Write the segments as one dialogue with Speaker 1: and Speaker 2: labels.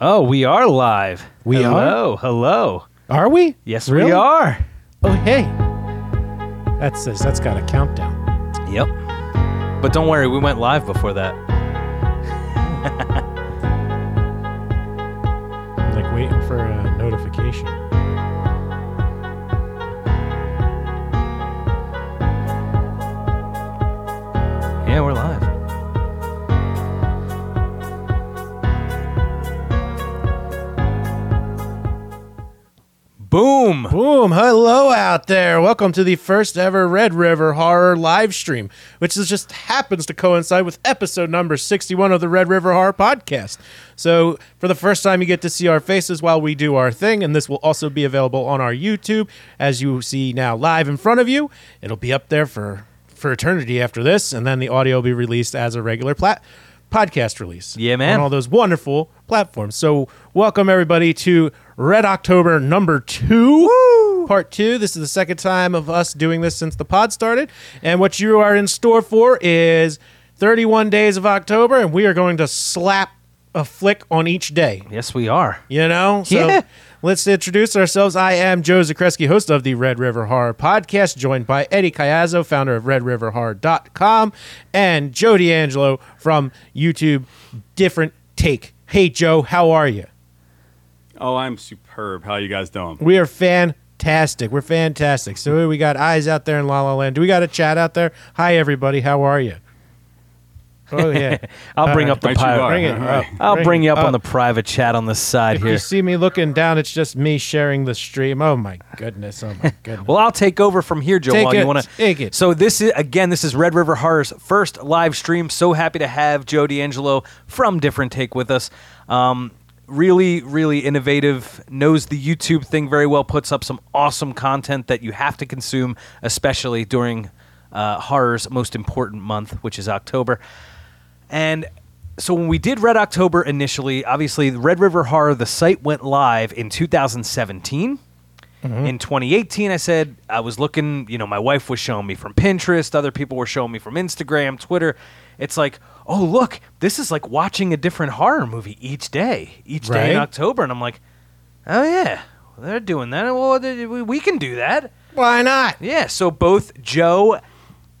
Speaker 1: Oh, we are live.
Speaker 2: We
Speaker 1: hello,
Speaker 2: are?
Speaker 1: Hello, hello.
Speaker 2: Are we?
Speaker 1: Yes,
Speaker 2: Really?
Speaker 1: we are.
Speaker 2: Oh, hey. That says that's got a countdown.
Speaker 1: Yep. But don't worry, we went live before that.
Speaker 2: I'm like waiting for a notification.
Speaker 1: Yeah, we're live. Boom.
Speaker 2: Boom. Hello out there. Welcome to the first ever Red River Horror live stream, which is just happens to coincide with episode number 61 of the Red River Horror podcast. So, for the first time, you get to see our faces while we do our thing, and this will also be available on our YouTube as you see now live in front of you. It'll be up there for for eternity after this, and then the audio will be released as a regular plat podcast release.
Speaker 1: Yeah, man.
Speaker 2: On all those wonderful platforms. So, welcome everybody to Red October number two, part two. This is the second time of us doing this since the pod started. And what you are in store for is 31 days of October, and we are going to slap a flick on each day.
Speaker 1: Yes, we are.
Speaker 2: You know? So
Speaker 1: Yeah.
Speaker 2: let's introduce ourselves. I am Joe Zakreski, host of the Red River Horror Podcast, joined by Eddie Cayazzo, founder of RedRiverHorror.com, and Joe D'Angelo from YouTube Different Take. Hey, Joe, how are you?
Speaker 3: Oh, I'm superb. How you guys doing?
Speaker 2: We are fantastic. We're fantastic. So we got eyes out there in La La Land. Do we got a chat out there? Hi, everybody. How are you? Oh, yeah.
Speaker 1: I'll bring
Speaker 2: Uh,
Speaker 1: up the
Speaker 3: Right you are.
Speaker 1: pirate.
Speaker 2: Bring it.
Speaker 3: All right.
Speaker 2: up.
Speaker 1: I'll
Speaker 2: Bring
Speaker 1: bring
Speaker 2: it
Speaker 1: you up, on
Speaker 2: up.
Speaker 1: the private chat on the side
Speaker 2: If
Speaker 1: here.
Speaker 2: you see me looking down, it's just me sharing the stream. Oh, my goodness. Oh, my goodness.
Speaker 1: Well, I'll take over from here, Joe.
Speaker 2: Take
Speaker 1: while
Speaker 2: it.
Speaker 1: you want to
Speaker 2: Take it.
Speaker 1: So this is again, this is Red River Horror's first live stream. So happy to have Joe D'Angelo from Different Take with us. Um, really, really innovative. Knows the YouTube thing very well. Puts up some awesome content that you have to consume, especially during uh, horror's most important month, which is October. And so when we did Red October initially, obviously Red River Horror, the site went live in 2017. In 2018, I said I was looking, you know, my wife was showing me from Pinterest, other people were showing me from Instagram, Twitter. It's like, oh, look, this is like watching a different horror movie each day, each day in
Speaker 2: Right.
Speaker 1: October. And I'm like, oh, yeah, they're doing that. Well, they- we we can do that.
Speaker 2: Why not?
Speaker 1: Yeah, so both Joe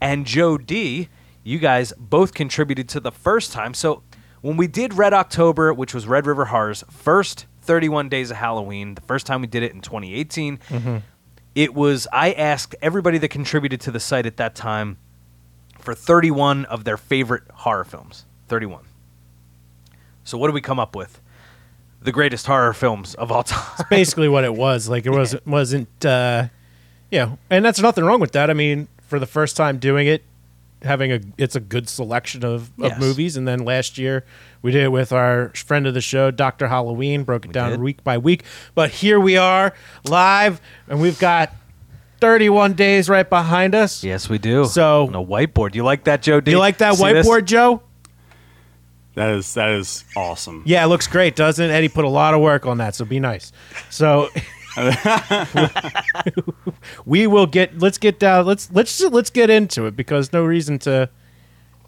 Speaker 1: and Joe D, you guys both contributed to the first time. So when we did Red October, which was Red River Horror's first 31 days of Halloween, the first time we did it in 2018,
Speaker 2: Mm-hmm.
Speaker 1: it was I asked everybody that contributed to the site at that time for 31 of their favorite horror films. 31. So what did we come up with? The greatest horror films of all time.
Speaker 2: basically what it was. Like it wasn't wasn't uh yeah, and that's nothing wrong with that. I mean, for the first time doing it, having a it's a good selection of, of
Speaker 1: Yes.
Speaker 2: movies. And then last year we did it with our friend of the show, Doctor Halloween, broke it down
Speaker 1: did.
Speaker 2: week by week. But here we are live, and we've got thirty one days right behind us.
Speaker 1: Yes, we do.
Speaker 2: So-
Speaker 1: on a whiteboard. You like that, Joe? D?
Speaker 2: Do you like that
Speaker 1: See this?
Speaker 2: whiteboard, Joe?
Speaker 3: That is that is awesome.
Speaker 2: Yeah, it looks great, doesn't it? Eddie put a lot of work on that, so be nice. So we will get let's get down let's let's let's get into it because no reason to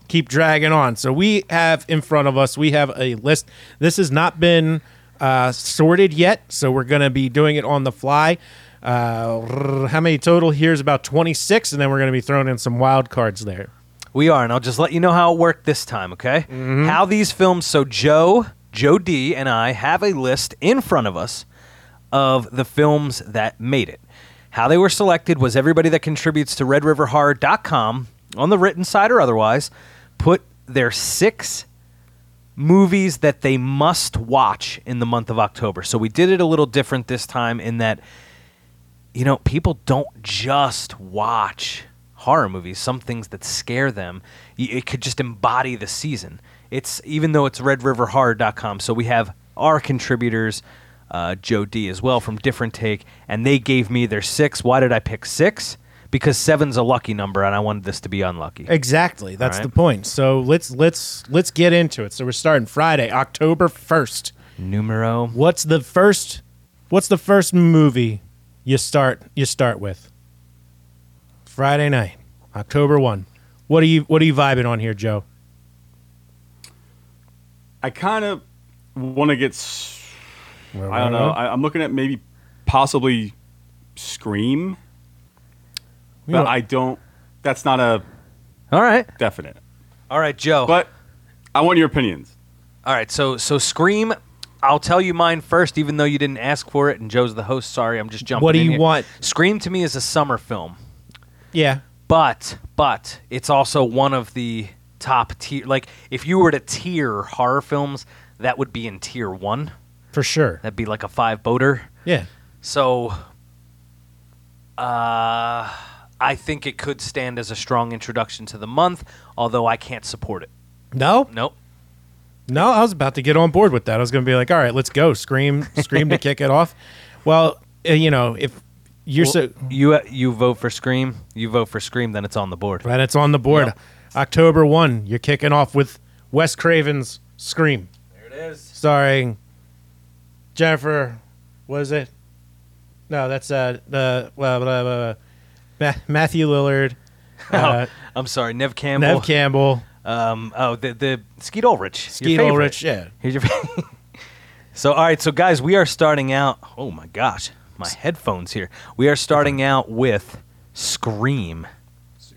Speaker 2: keep dragging on. So we have in front of us we have a list. This has not been uh, sorted yet, so we're gonna be doing it on the fly. Uh, how many total here is about 26 and then we're going to be throwing in some wild cards there.
Speaker 1: We are, and I'll just let you know how it worked this time, okay? How these films. So Joe, Joe D, and I have a list in front of us of the films that made it. How they were selected was everybody that contributes to RedRiverHorror.com on the written side or otherwise put their six movies that they must watch in the month of October. So we did it a little different this time in that you know, people don't just watch horror movies. Some things that scare them, y- it could just embody the season. It's even though it's RedRiverHorror.com, so we have our contributors, uh, Joe D as well from Different Take, and they gave me their six. Why did I pick six? Because seven's a lucky number, and I wanted this to be unlucky.
Speaker 2: Exactly. That's
Speaker 1: right.
Speaker 2: the point. So let's let's let's get into it. So we're starting Friday, October 1st.
Speaker 1: Numero
Speaker 2: What's the first what's the first movie you start you start with? Friday night, October 1. What are you what are you vibing on here, Joe?
Speaker 3: I kind of want to get s- I don't know. I, I'm looking at maybe possibly Scream, but
Speaker 2: know-
Speaker 3: I don't. That's not a
Speaker 1: All right.
Speaker 3: definite.
Speaker 1: All right, Joe.
Speaker 3: But I want your opinions.
Speaker 1: All right, so so Scream. I'll tell you mine first, even though you didn't ask for it, and Joe's the host. Sorry, I'm just jumping.
Speaker 2: What do
Speaker 1: in
Speaker 2: you
Speaker 1: here.
Speaker 2: want?
Speaker 1: Scream to me is a summer film,
Speaker 2: Yeah.
Speaker 1: but but it's also one of the top tier. Like if you were to tier horror films, that would be in tier one.
Speaker 2: For sure.
Speaker 1: That'd be like a five boater.
Speaker 2: Yeah.
Speaker 1: So, uh, I think it could stand as a strong introduction to the month, although I can't support it.
Speaker 2: No.
Speaker 1: Nope.
Speaker 2: No, I was about to get on board with that. I was going to be like, all right, let's go. Scream, scream to kick it off. Well, uh, you know, if you're so.
Speaker 1: you uh, you vote for Scream, you vote for Scream, then it's on the board.
Speaker 2: Right, it's on the board. October 1, you're kicking off with Wes Craven's Scream,
Speaker 1: There it is.
Speaker 2: starring Jennifer. What is it? No, that's uh, the blah, blah, blah, blah. Ma- Matthew Lillard,
Speaker 1: Oh,
Speaker 2: uh,
Speaker 1: I'm sorry, Nev Campbell.
Speaker 2: Nev Campbell,
Speaker 1: um, oh, the the Skeet Ulrich. your
Speaker 2: Skeet
Speaker 1: favorite.
Speaker 2: Ulrich. Yeah.
Speaker 1: Here's your. fa- so all right, so guys, we are starting out. Oh my gosh, my headphones here. We are starting out with Scream.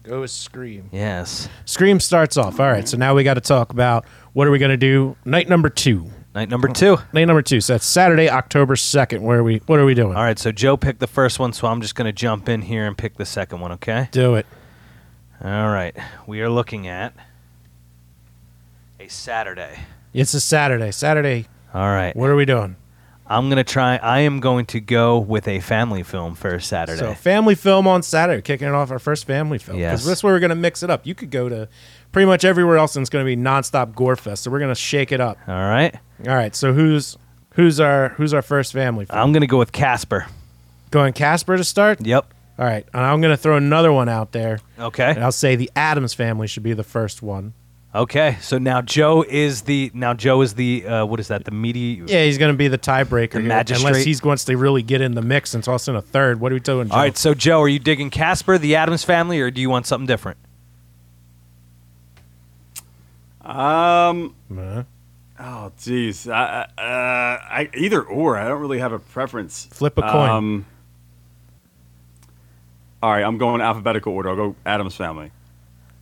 Speaker 2: Go with Scream.
Speaker 1: Yes.
Speaker 2: Scream starts off. All right, so now we got to talk about what are we going to do night number two.
Speaker 1: Night number two.
Speaker 2: Night number two. So that's Saturday, October 2nd. Where are we? What are we doing?
Speaker 1: All right, so Joe picked the first one, so I'm just going to jump in here and pick the second one, okay?
Speaker 2: Do it.
Speaker 1: All right, we are looking at a Saturday.
Speaker 2: It's a Saturday. Saturday,
Speaker 1: All right,
Speaker 2: what are we doing?
Speaker 1: I'm going to try, I am going to go with a family film for Saturday.
Speaker 2: So family film on Saturday, kicking it off our first family film.
Speaker 1: Yes.
Speaker 2: Because that's where we're going to mix it up. You could go to pretty much everywhere else, and it's going to be nonstop gore fest. So we're going to shake it up.
Speaker 1: All right,
Speaker 2: All right. So who's who's our who's our first family film?
Speaker 1: I'm going to go with Casper.
Speaker 2: going Casper to start.
Speaker 1: Yep.
Speaker 2: All right, and I'm going to throw another one out there, and
Speaker 1: Okay.
Speaker 2: I'll say the Adams family should be the first one.
Speaker 1: Okay. So now Joe is the now Joe is the uh, what is that? The media.
Speaker 2: Yeah, he's going to be the tiebreaker
Speaker 1: The
Speaker 2: here, unless
Speaker 1: magistrate.
Speaker 2: he wants to really get in the mix and toss in a third. What are we doing? Joe?
Speaker 1: All right. So Joe, are you digging Casper, the Adams Family, or do you want something different?
Speaker 3: Um.
Speaker 2: Uh,
Speaker 3: Oh, geez. I, I- uh, I, either or. I don't really have a preference.
Speaker 2: Flip a coin.
Speaker 3: Um, all right, I'm going alphabetical order. I'll go Adam's family.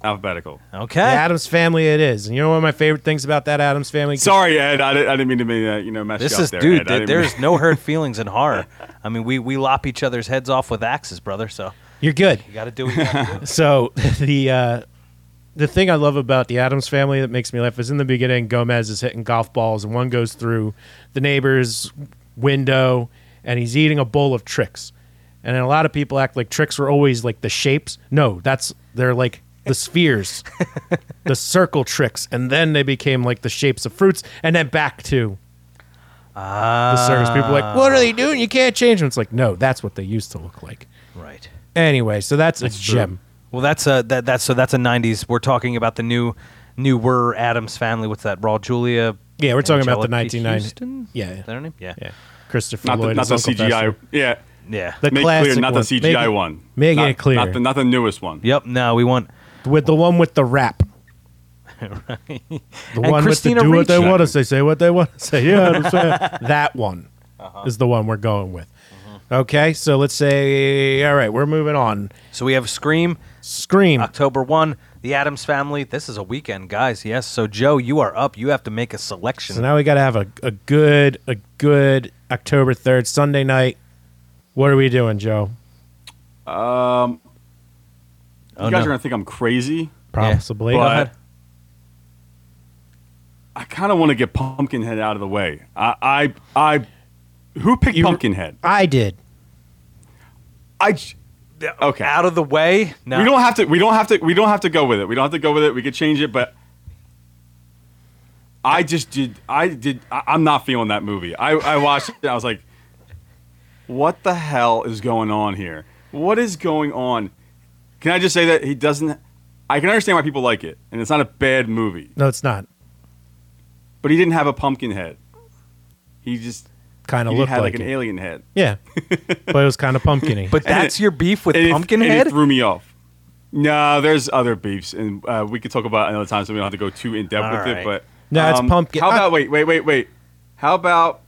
Speaker 3: Alphabetical.
Speaker 1: Okay.
Speaker 2: the Adams family, it is. And you know one of my favorite things about that Adams family?
Speaker 3: Sorry, Ed. I, di- I didn't mean to be, uh, you know, mess you
Speaker 1: This
Speaker 3: up
Speaker 1: is
Speaker 3: there. Ed.
Speaker 1: dude.
Speaker 3: I
Speaker 1: th-
Speaker 3: didn't mean-
Speaker 1: there's no hurt feelings in horror. I mean, we we lop each other's heads off with axes, brother. So
Speaker 2: You're good.
Speaker 1: you got to do what you got to do.
Speaker 2: So the uh, the thing I love about the Adams family that makes me laugh is in the beginning Gomez is hitting golf balls and one goes through the neighbor's window and he's eating a bowl of tricks. And a lot of people act like tricks were always like the shapes. No, that's they're like the spheres, the circle tricks, and then they became like the shapes of fruits, and then back to the circus. People are like, what are they doing? You can't change them. It's like, no, that's what they used to look like.
Speaker 1: Right.
Speaker 2: Anyway, so that's, a gem.
Speaker 1: Well, that's a that that's so that's a '90s. We're talking about the new new were Adams family. What's that? Raw Julia.
Speaker 2: Yeah, we're talking about the
Speaker 1: Angelica
Speaker 2: 1990
Speaker 1: Houston?
Speaker 2: yeah.
Speaker 1: Is that her name? Yeah.
Speaker 2: Yeah, Christopher
Speaker 3: not the,
Speaker 2: Lloyd.
Speaker 3: not
Speaker 2: is
Speaker 3: the
Speaker 2: Uncle
Speaker 3: CGI.
Speaker 2: Fester.
Speaker 3: Yeah.
Speaker 1: Yeah.
Speaker 2: The
Speaker 3: make
Speaker 2: classic
Speaker 3: clear, not
Speaker 2: one.
Speaker 3: the CGI
Speaker 2: Make it-
Speaker 3: one.
Speaker 2: make it
Speaker 3: not,
Speaker 2: clear.
Speaker 3: Not the, not the newest one.
Speaker 1: Yep. No, we want.
Speaker 2: with the one with the rap. The
Speaker 1: And
Speaker 2: one with the
Speaker 1: Christina
Speaker 2: do what they
Speaker 1: Ricci.
Speaker 2: want to say, say what they want to say. Yeah, I'm saying. that one is the one we're going with. Okay, so let's say all right, we're moving on.
Speaker 1: So we have Scream,
Speaker 2: Scream.
Speaker 1: October one, The Adams Family. This is a weekend, guys. Yes. So Joe, you are up. You have to make a selection.
Speaker 2: So now we got to have a, a good a good October third Sunday night. What are we doing, Joe?
Speaker 1: Oh,
Speaker 3: you guys
Speaker 1: no.
Speaker 3: are gonna think I'm crazy.
Speaker 2: Possibly.
Speaker 1: Go
Speaker 3: But-
Speaker 1: ahead.
Speaker 3: I kind of want to get Pumpkinhead out of the way. I, I, I who picked Pumpkinhead?
Speaker 2: I did.
Speaker 3: I. j- Okay.
Speaker 1: Out of the way. No.
Speaker 3: We don't have to. We don't have to. We don't have to go with it. We don't have to go with it. We could change it, but I just did. I did. I, I'm not feeling that movie. I, I watched it. and I was like, "What the hell is going on here? What is going on?" Can I just say that he doesn't? I can understand why people like it, and it's not a bad movie.
Speaker 2: No, it's not.
Speaker 3: But he didn't have a pumpkin head. He just
Speaker 2: Kind
Speaker 3: he
Speaker 2: of looked
Speaker 3: had
Speaker 2: like,
Speaker 3: like, an
Speaker 2: it.
Speaker 3: alien head.
Speaker 2: Yeah, but it was kind of pumpkiny.
Speaker 1: But that's your beef with
Speaker 3: And it-
Speaker 1: Pumpkinhead.
Speaker 3: and it threw me off. No, there's other beefs, and uh, we could talk about it another time, so we don't have to go too in depth
Speaker 1: All
Speaker 3: with
Speaker 1: right.
Speaker 3: it. But um,
Speaker 2: No, it's pumpkin- Ah.
Speaker 3: How
Speaker 2: I-
Speaker 3: about wait, wait, wait, wait? How about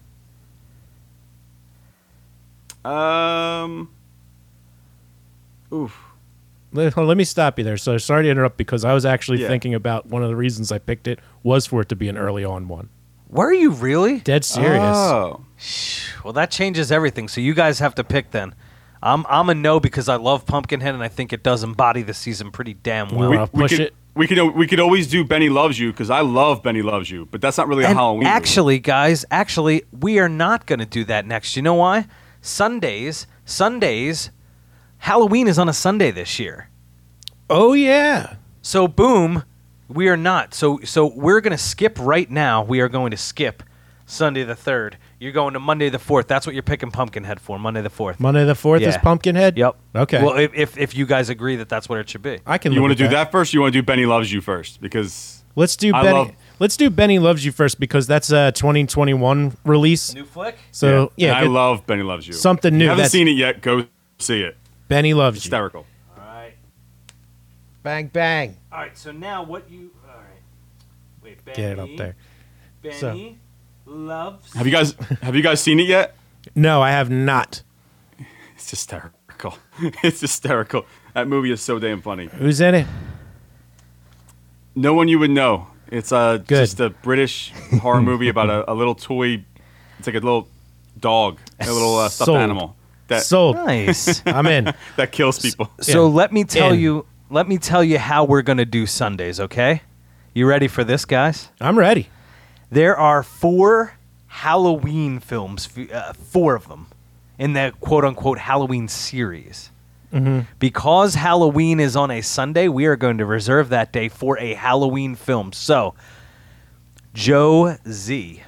Speaker 3: Um. Oof.
Speaker 2: Let, hold on, let me stop you there. So sorry to interrupt because I was actually
Speaker 3: Yeah.
Speaker 2: thinking about one of the reasons I picked it was for it to be an early on one.
Speaker 1: Were you really?
Speaker 3: Ah.
Speaker 2: Dead serious.
Speaker 3: Oh.
Speaker 1: Well, that changes everything. So you guys have to pick then. I'm I'm a no because I love Pumpkinhead and I think it does embody the season pretty damn well.
Speaker 2: We- I'll push
Speaker 3: could,
Speaker 2: it.
Speaker 3: We could we could always do Benny loves you because I love Benny loves you, but that's not really a
Speaker 1: And
Speaker 3: Halloween. movie.
Speaker 1: Actually, guys, actually, we are not going to do that next. You know why? Sundays, Sundays, Halloween is on a Sunday this year.
Speaker 2: Oh yeah.
Speaker 1: So boom, we are not. So so we're going to skip right now. We are going to skip Sunday the 3rd. You're going to Monday the 4th. That's what you're picking Pumpkinhead for, Monday the 4th.
Speaker 2: Monday the fourth is
Speaker 1: Yeah.
Speaker 2: Pumpkinhead.
Speaker 1: Yep.
Speaker 2: Okay.
Speaker 1: Well, if, if if you guys agree that that's what it should be.
Speaker 2: I can.
Speaker 3: you
Speaker 2: live
Speaker 3: want to
Speaker 2: with
Speaker 3: do that first? You want to do Benny loves you first because
Speaker 2: Let's do
Speaker 3: I
Speaker 2: Benny.
Speaker 3: love-
Speaker 2: Let's do Benny loves you first because that's a 2021 release.
Speaker 1: New flick?
Speaker 2: So
Speaker 3: and
Speaker 2: yeah,
Speaker 3: I
Speaker 2: good-
Speaker 3: love Benny loves you.
Speaker 2: Something
Speaker 3: If
Speaker 2: new,
Speaker 3: you haven't
Speaker 2: that's-
Speaker 3: seen it yet. Go see it.
Speaker 2: Benny loves you.
Speaker 3: Hysterical.
Speaker 1: All right.
Speaker 2: Bang bang.
Speaker 1: All right, so now what you All right. Wait, Benny.
Speaker 2: Get it up there. So-
Speaker 1: Benny loves
Speaker 3: Have you guys have you guys seen it yet?
Speaker 2: No, I have not.
Speaker 3: It's hysterical. it's hysterical. That movie is so damn funny.
Speaker 2: Who's in it?
Speaker 3: No one you would know. It's uh,
Speaker 2: Good.
Speaker 3: just a British horror movie about a, a little toy. It's like a little dog, a little uh, stuffed
Speaker 2: Sold.
Speaker 3: animal that
Speaker 2: Sold.
Speaker 1: Nice.
Speaker 2: I'm in.
Speaker 3: that kills people.
Speaker 1: so
Speaker 2: Yeah.
Speaker 1: let me tell
Speaker 2: In.
Speaker 1: you let me tell you how we're going to do Sundays, okay? You ready for this, guys?
Speaker 2: I'm ready.
Speaker 1: There are four Halloween films, f- uh, four of them in the quote unquote Halloween series.
Speaker 2: Mm-hmm.
Speaker 1: Because Halloween is on a Sunday, we are going to reserve that day for a Halloween film. So, Joe Z.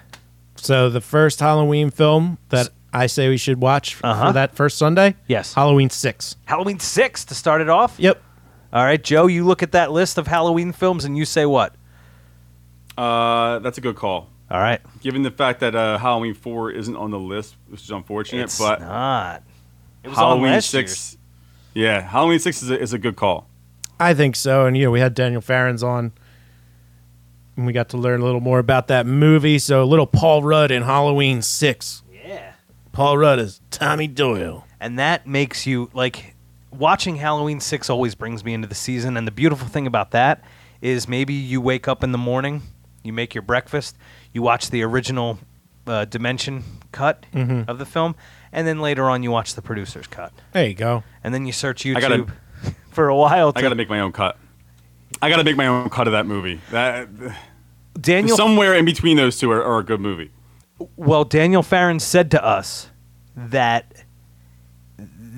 Speaker 2: So the first Halloween film that I say we should watch f-
Speaker 1: Uh-huh.
Speaker 2: for that first Sunday.
Speaker 1: Yes.
Speaker 2: Halloween six.
Speaker 1: Halloween 6 to start it off.
Speaker 2: Yep.
Speaker 1: All right, Joe, you look at that list of Halloween films and you say what?
Speaker 3: Uh, that's a good call.
Speaker 1: All right.
Speaker 3: Given the fact that uh, Halloween four isn't on the list, which is unfortunate,
Speaker 1: It's
Speaker 3: but
Speaker 1: not. It was on
Speaker 3: Halloween
Speaker 1: last
Speaker 3: six, yeah, Halloween six is a, is a good call.
Speaker 2: I think so. And you know, we had Daniel Farrens on, and we got to learn a little more about that movie. So little Paul Rudd in Halloween six.
Speaker 1: year's. Yeah.
Speaker 2: Paul Rudd is Tommy Doyle.
Speaker 1: and that makes you like watching Halloween 6 always brings me into the season and the beautiful thing about that is maybe you wake up in the morning, you make your breakfast, you watch the original uh, dimension cut of the film and then later on you watch the producer's cut.
Speaker 2: There you go.
Speaker 1: And then you search YouTube
Speaker 3: I gotta-
Speaker 1: for a while to
Speaker 3: I got to make my own cut. I got to make my own cut of that movie. That
Speaker 1: Daniel
Speaker 3: somewhere in between those two are, are a good movie.
Speaker 1: Well, Daniel Farren said to us that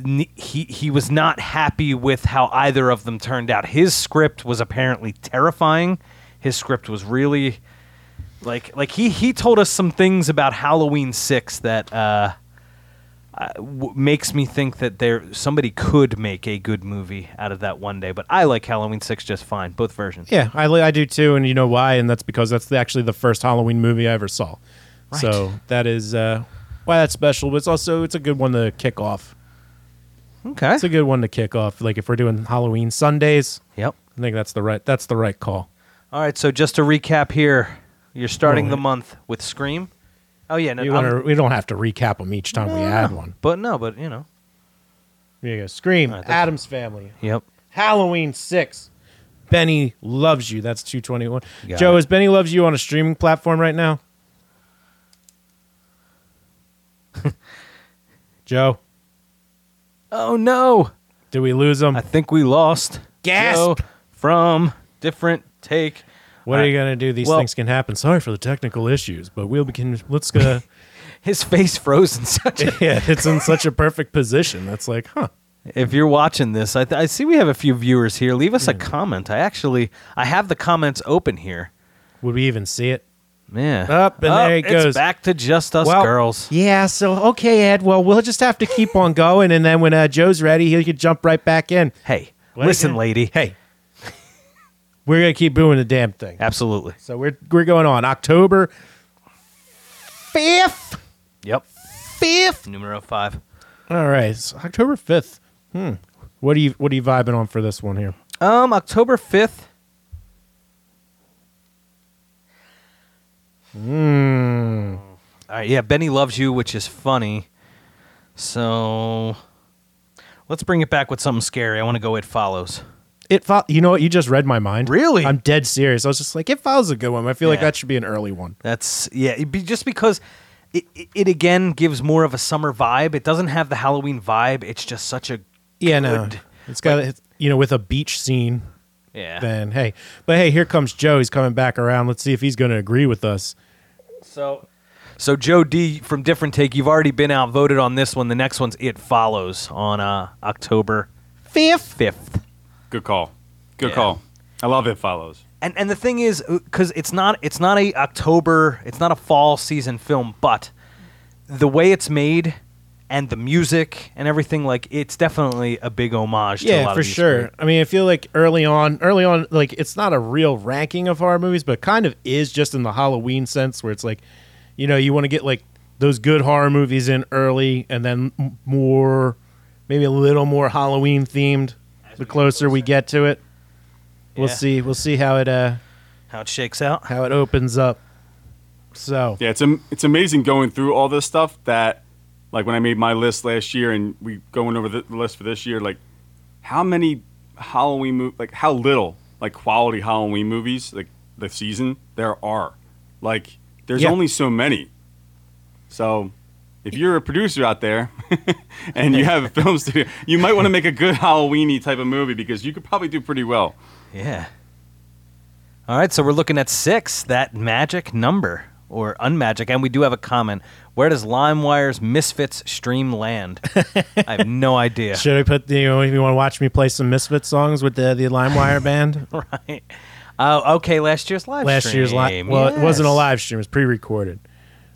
Speaker 1: n- he he was not happy with how either of them turned out. His script was apparently terrifying. His script was really like like he he told us some things about Halloween 6 that uh uh, w- makes me think that there somebody could make a good movie out of that one day, but I like Halloween Six just fine, both versions.
Speaker 2: Yeah, I, li- I do too, and you know why? And that's because that's the, actually the first Halloween movie I ever saw. So that is uh, why that's special. But it's also it's a good one to kick off.
Speaker 1: Okay.
Speaker 2: It's a good one to kick off. Like if we're doing Halloween Sundays,
Speaker 1: yep.
Speaker 2: I think that's the right that's the right call.
Speaker 1: All right, so just to recap here, you're starting the
Speaker 2: Alright.
Speaker 1: month with Scream. Oh yeah, no,
Speaker 2: You
Speaker 1: I'm-
Speaker 2: wanna, we don't have to recap them each time we
Speaker 1: no,
Speaker 2: add
Speaker 1: no.
Speaker 2: one.
Speaker 1: But no, but you know,
Speaker 2: There you go. Scream,
Speaker 1: Alright, that's-
Speaker 2: Adam's Family,
Speaker 1: yep.
Speaker 2: Halloween Six, Benny Loves You. That's two twenty one.
Speaker 1: Got
Speaker 2: Joe,
Speaker 1: it.
Speaker 2: is Benny Loves You on a streaming platform right now? Joe.
Speaker 1: Oh no,
Speaker 2: Did we lose him?
Speaker 1: I think we lost.
Speaker 2: Gasp!
Speaker 1: Joe from different take.
Speaker 2: what are you gonna do? These
Speaker 1: Well-
Speaker 2: things can happen. Sorry for the technical issues, but we'll begin. Let's go.
Speaker 1: His face froze in such. A,
Speaker 2: yeah, it's in such a perfect position. That's like, huh?
Speaker 1: if you're watching this, I, th- I see we have a few viewers here. Leave us a comment. I actually I have the comments open here.
Speaker 2: Would we even see it?
Speaker 1: Yeah,
Speaker 2: Up, and there it
Speaker 1: it's
Speaker 2: goes.
Speaker 1: Back to just us
Speaker 2: Well,
Speaker 1: girls.
Speaker 2: Yeah. So okay, Ed. Well, we'll just have to keep on going, and then when uh, Joe's ready, he could jump right back in.
Speaker 1: Hey,
Speaker 2: What
Speaker 1: listen,
Speaker 2: again?
Speaker 1: lady.
Speaker 2: Hey, we're gonna keep doing the damn thing.
Speaker 1: absolutely.
Speaker 2: So we're we're going on October fifth.
Speaker 1: Yep. Fifth numero five.
Speaker 2: All right, it's October fifth. Hmm. What do you what are you vibing on for this one here?
Speaker 1: Um, October fifth. Hmm. All right. Yeah, Benny loves you, which is funny. So let's bring it back with something scary. I want to go. It follows.
Speaker 2: It fo- you know what? You just read my mind.
Speaker 1: Really?
Speaker 2: I'm dead serious. I was just like, it follows a good one. I feel like
Speaker 1: Yeah.
Speaker 2: that should be an early one.
Speaker 1: That's yeah. It'd be just because it, it, it again gives more of a summer vibe. It doesn't have the Halloween vibe. It's just such a
Speaker 2: Yeah, no.
Speaker 1: Good.
Speaker 2: It's got it's- you know with a beach scene.
Speaker 1: yeah.
Speaker 2: Then hey, but hey, here comes Joe. He's coming back around. Let's see if he's going to agree with us.
Speaker 1: So so Joe D from Different Take, you've already been outvoted on this one. The next one's It Follows on uh, October fifth. Fifth.
Speaker 3: Good call. Good
Speaker 1: Yeah.
Speaker 3: call. I love it follows.
Speaker 1: and and the thing is because it's not it's not a october it's not a fall season film but the way it's made and the music and everything like it's definitely a big homage to a
Speaker 2: Yeah,
Speaker 1: lot
Speaker 2: for
Speaker 1: of these
Speaker 2: sure.
Speaker 1: great-
Speaker 2: I mean, I feel like early on, early on, like it's not a real ranking of horror movies, but kind of is just in the Halloween sense, where it's like, you know, you want to get like those good horror movies in early, and then m- more, maybe a little more Halloween themed. The closer we get to it, we'll
Speaker 1: Yeah.
Speaker 2: see. We'll see how it uh
Speaker 1: how it shakes out
Speaker 2: how it opens up. So
Speaker 3: Yeah, it's am- it's amazing going through all this stuff that, like when I made my list last year and we going over the the list for this year, like how many Halloween mo- like how little like quality Halloween movies like the season there are, like there's
Speaker 2: Yeah.
Speaker 3: only so many. So, if you're a producer out there and you have a film studio, you might want to make a good Halloweeny type of movie because you could probably do pretty well.
Speaker 1: yeah all right so we're looking at six that magic number or unmagic and we do have a comment where does limewire's misfits stream land i have no idea
Speaker 2: should I put the you, know, if you want to watch me play some Misfit songs with the the LimeWire band?
Speaker 1: right oh okay last year's live
Speaker 2: Last year's live.
Speaker 1: stream.
Speaker 2: Well, it wasn't a
Speaker 1: Yes.
Speaker 2: live stream; it was pre-recorded.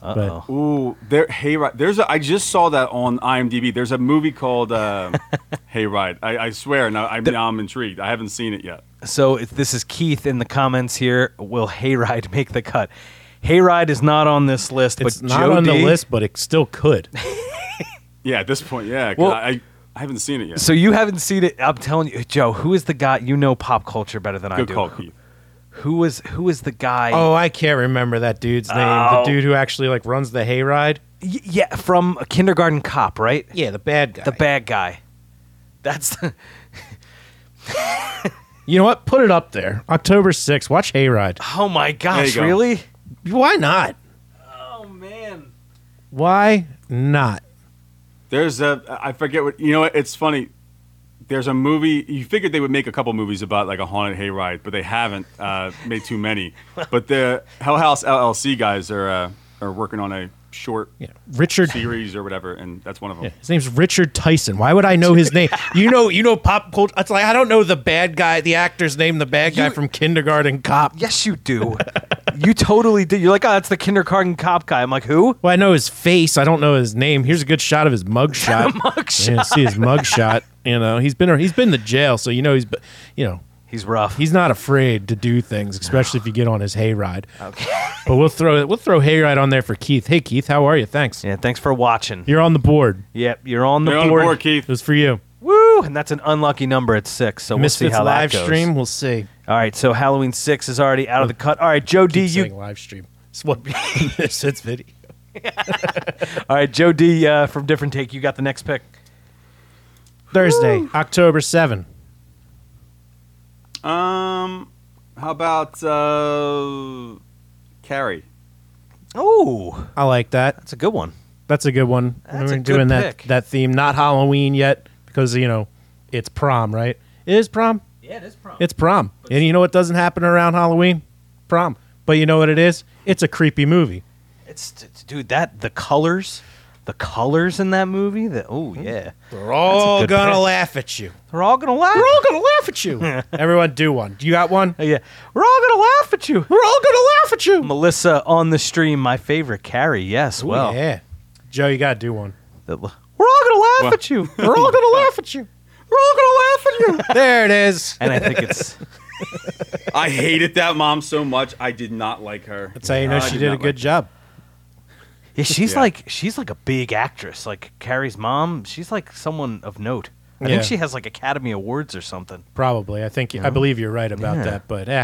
Speaker 1: Uh-oh.
Speaker 3: Ooh, there, Hayride. There's a. I just saw that on IMDb. There's a movie called uh, Hayride. I, I swear. Now I'm, now I'm intrigued. I haven't seen it yet.
Speaker 1: So if this is Keith in the comments here. Will Hayride make the cut? Hayride is not on this list,
Speaker 2: It's
Speaker 1: but
Speaker 2: not
Speaker 1: Joe
Speaker 2: on the
Speaker 1: D-
Speaker 2: list, but it still could.
Speaker 3: Yeah, at this point, yeah. 'cause
Speaker 1: Well-
Speaker 3: I, I haven't seen it yet.
Speaker 1: So you haven't seen it. I'm telling you, Joe. Who is the guy? You know pop culture better than I
Speaker 3: Good
Speaker 1: do.
Speaker 3: call, Keith.
Speaker 1: Who is who is the guy?
Speaker 2: Oh, I can't remember that dude's name.
Speaker 1: Oh.
Speaker 2: The dude who actually like runs the hayride.
Speaker 1: Y- yeah, from Kindergarten Cop, right?
Speaker 2: Yeah, the bad guy.
Speaker 1: The bad guy. That's the,
Speaker 2: you know what? Put it up there. October 6th. Watch Hayride.
Speaker 1: oh my gosh,
Speaker 3: go.
Speaker 1: really?
Speaker 2: Why not?
Speaker 1: Oh man.
Speaker 2: Why not?
Speaker 3: There's a. I forget what. You know what? It's funny. There's a movie. You figured they would make a couple movies about like a haunted hayride, but they haven't uh, made too many. But the Hell House LLC guys are uh, are working on a short
Speaker 2: Yeah. Richard.
Speaker 3: series or whatever, and that's one of them.
Speaker 2: Yeah, His name's Richard Tyson. Why would I know his name? You know, you know pop culture. It's like I don't know the bad guy, the actor's name, the bad guy
Speaker 1: You-
Speaker 2: from Kindergarten Cop.
Speaker 1: Yes, you do. you totally do. You're like, oh, that's the Kindergarten Cop guy. I'm like, who?
Speaker 2: Well, I know his face. I don't know his name. Here's a good shot of his mugshot. mugshot. Yeah, see his mugshot. You know, he's been he's been to jail, so you know he's you know
Speaker 1: He's rough.
Speaker 2: he's not afraid to do things, especially if you get on his hayride.
Speaker 1: okay.
Speaker 2: But we'll throw we'll throw hayride on there for Keith. Hey Keith, how are you? Thanks.
Speaker 1: Yeah. Thanks for watching.
Speaker 2: You're on the board.
Speaker 1: Yep. You're on the
Speaker 3: They're on
Speaker 1: board.
Speaker 3: the board,
Speaker 2: It
Speaker 3: Keith.
Speaker 2: was for you.
Speaker 1: Woo! And that's an unlucky number at six, so we'll
Speaker 2: Misfits
Speaker 1: see how
Speaker 2: live
Speaker 1: that goes.
Speaker 2: stream. We'll see.
Speaker 1: All right, so Halloween six is already out of the cut. All right, Joe D,
Speaker 2: Keep
Speaker 1: you.
Speaker 2: saying live stream. It's what Misfits video.
Speaker 1: All right, Joe D uh, from Different Take, you got the next pick.
Speaker 2: Thursday, October 7.
Speaker 3: Um, how about uh, Carrie?
Speaker 1: Oh,
Speaker 2: I like that.
Speaker 1: that's a good one.
Speaker 2: That's a good one.
Speaker 1: That's
Speaker 2: We're
Speaker 1: a good
Speaker 2: doing that
Speaker 1: pick.
Speaker 2: that theme. Not Halloween yet because you know it's prom, right? It is prom.
Speaker 1: Yeah, it is prom.
Speaker 2: It's prom. And you know what doesn't happen around Halloween? Prom. But you know what it is? It's a creepy movie.
Speaker 1: It's, it's- dude that the colors, the colors in that movie. That oh yeah,
Speaker 2: Hmm. They're all
Speaker 1: good
Speaker 2: gonna
Speaker 1: pick.
Speaker 2: laugh at you.
Speaker 1: we're all gonna laugh.
Speaker 2: We're all gonna laugh at you. Everyone, do one. You got one?
Speaker 1: yeah, we're all gonna laugh at you.
Speaker 2: We're all gonna laugh at you.
Speaker 1: Melissa on the stream, my favorite Carrie. Yes,
Speaker 2: Ooh,
Speaker 1: well,
Speaker 2: yeah, Joe, you gotta do one.
Speaker 1: The- we're all gonna laugh
Speaker 3: Well-
Speaker 1: at you.
Speaker 2: We're all gonna laugh at you.
Speaker 1: We're all gonna laugh at you.
Speaker 2: There it is.
Speaker 1: and I think it's.
Speaker 3: I hated that mom so much. I did not like her.
Speaker 2: That's how you know
Speaker 3: I
Speaker 2: she did a
Speaker 3: not
Speaker 2: good
Speaker 3: like-
Speaker 2: job.
Speaker 1: Yeah, she's
Speaker 3: Yeah.
Speaker 1: like she's like a big actress. Like Carrie's mom, she's like someone of note. I
Speaker 2: Yeah.
Speaker 1: think she has like Academy Awards or something.
Speaker 2: Probably. I think I believe you're right about
Speaker 1: Yeah.
Speaker 2: that. But eh,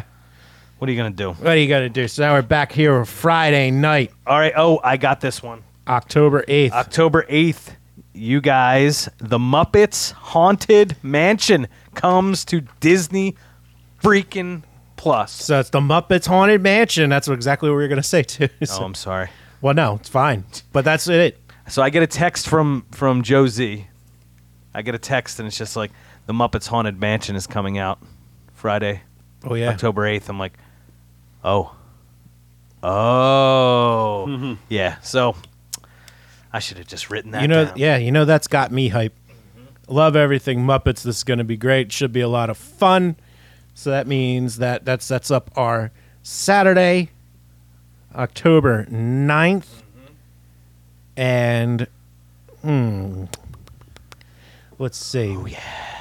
Speaker 1: What are you gonna do?
Speaker 2: what are you gonna do? So now we're back here on Friday night,
Speaker 1: All right. Oh, I got this one.
Speaker 2: October eighth.
Speaker 1: October eighth. you guys, The Muppets Haunted Mansion comes to Disney freaking Plus.
Speaker 2: So it's the Muppets Haunted Mansion. That's exactly what we were going to say, too. So-
Speaker 1: Oh, I'm sorry.
Speaker 2: well, no, it's fine. But that's it.
Speaker 1: So I get a text from from Joe Z. I get a text and it's just like The Muppets Haunted Mansion is coming out Friday,
Speaker 2: Oh, yeah.
Speaker 1: October 8th. I'm like, "Oh. Oh. Yeah. So I should have just written that
Speaker 2: You know,
Speaker 1: down.
Speaker 2: yeah, you know, that's got me hype. Love everything Muppets. This is going to be great. Should be a lot of fun. So that means that that sets up our Saturday, October 9th. Mm-hmm. And, hmm, let's see. Oh, yeah.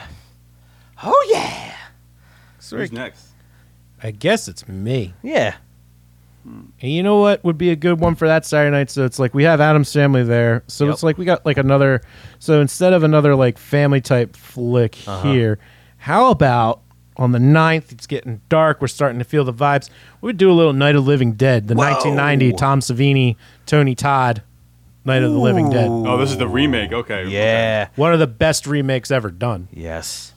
Speaker 1: Oh yeah.
Speaker 3: Who's next?
Speaker 2: I guess it's me.
Speaker 1: Yeah.
Speaker 2: And you know what would be a good one for that Saturday night? So it's like we have Adam's family there. So
Speaker 1: Yep.
Speaker 2: it's like we got like another. So instead of another like family type flick here, how about on the 9th? It's getting dark. We're starting to feel the vibes. We would do a little Night of the Living Dead, the 1990 Tom Savini, Tony Todd, Night of the Living Dead.
Speaker 3: Oh, this is the remake. Okay.
Speaker 1: Yeah.
Speaker 2: One of the best remakes ever done.
Speaker 1: Yes.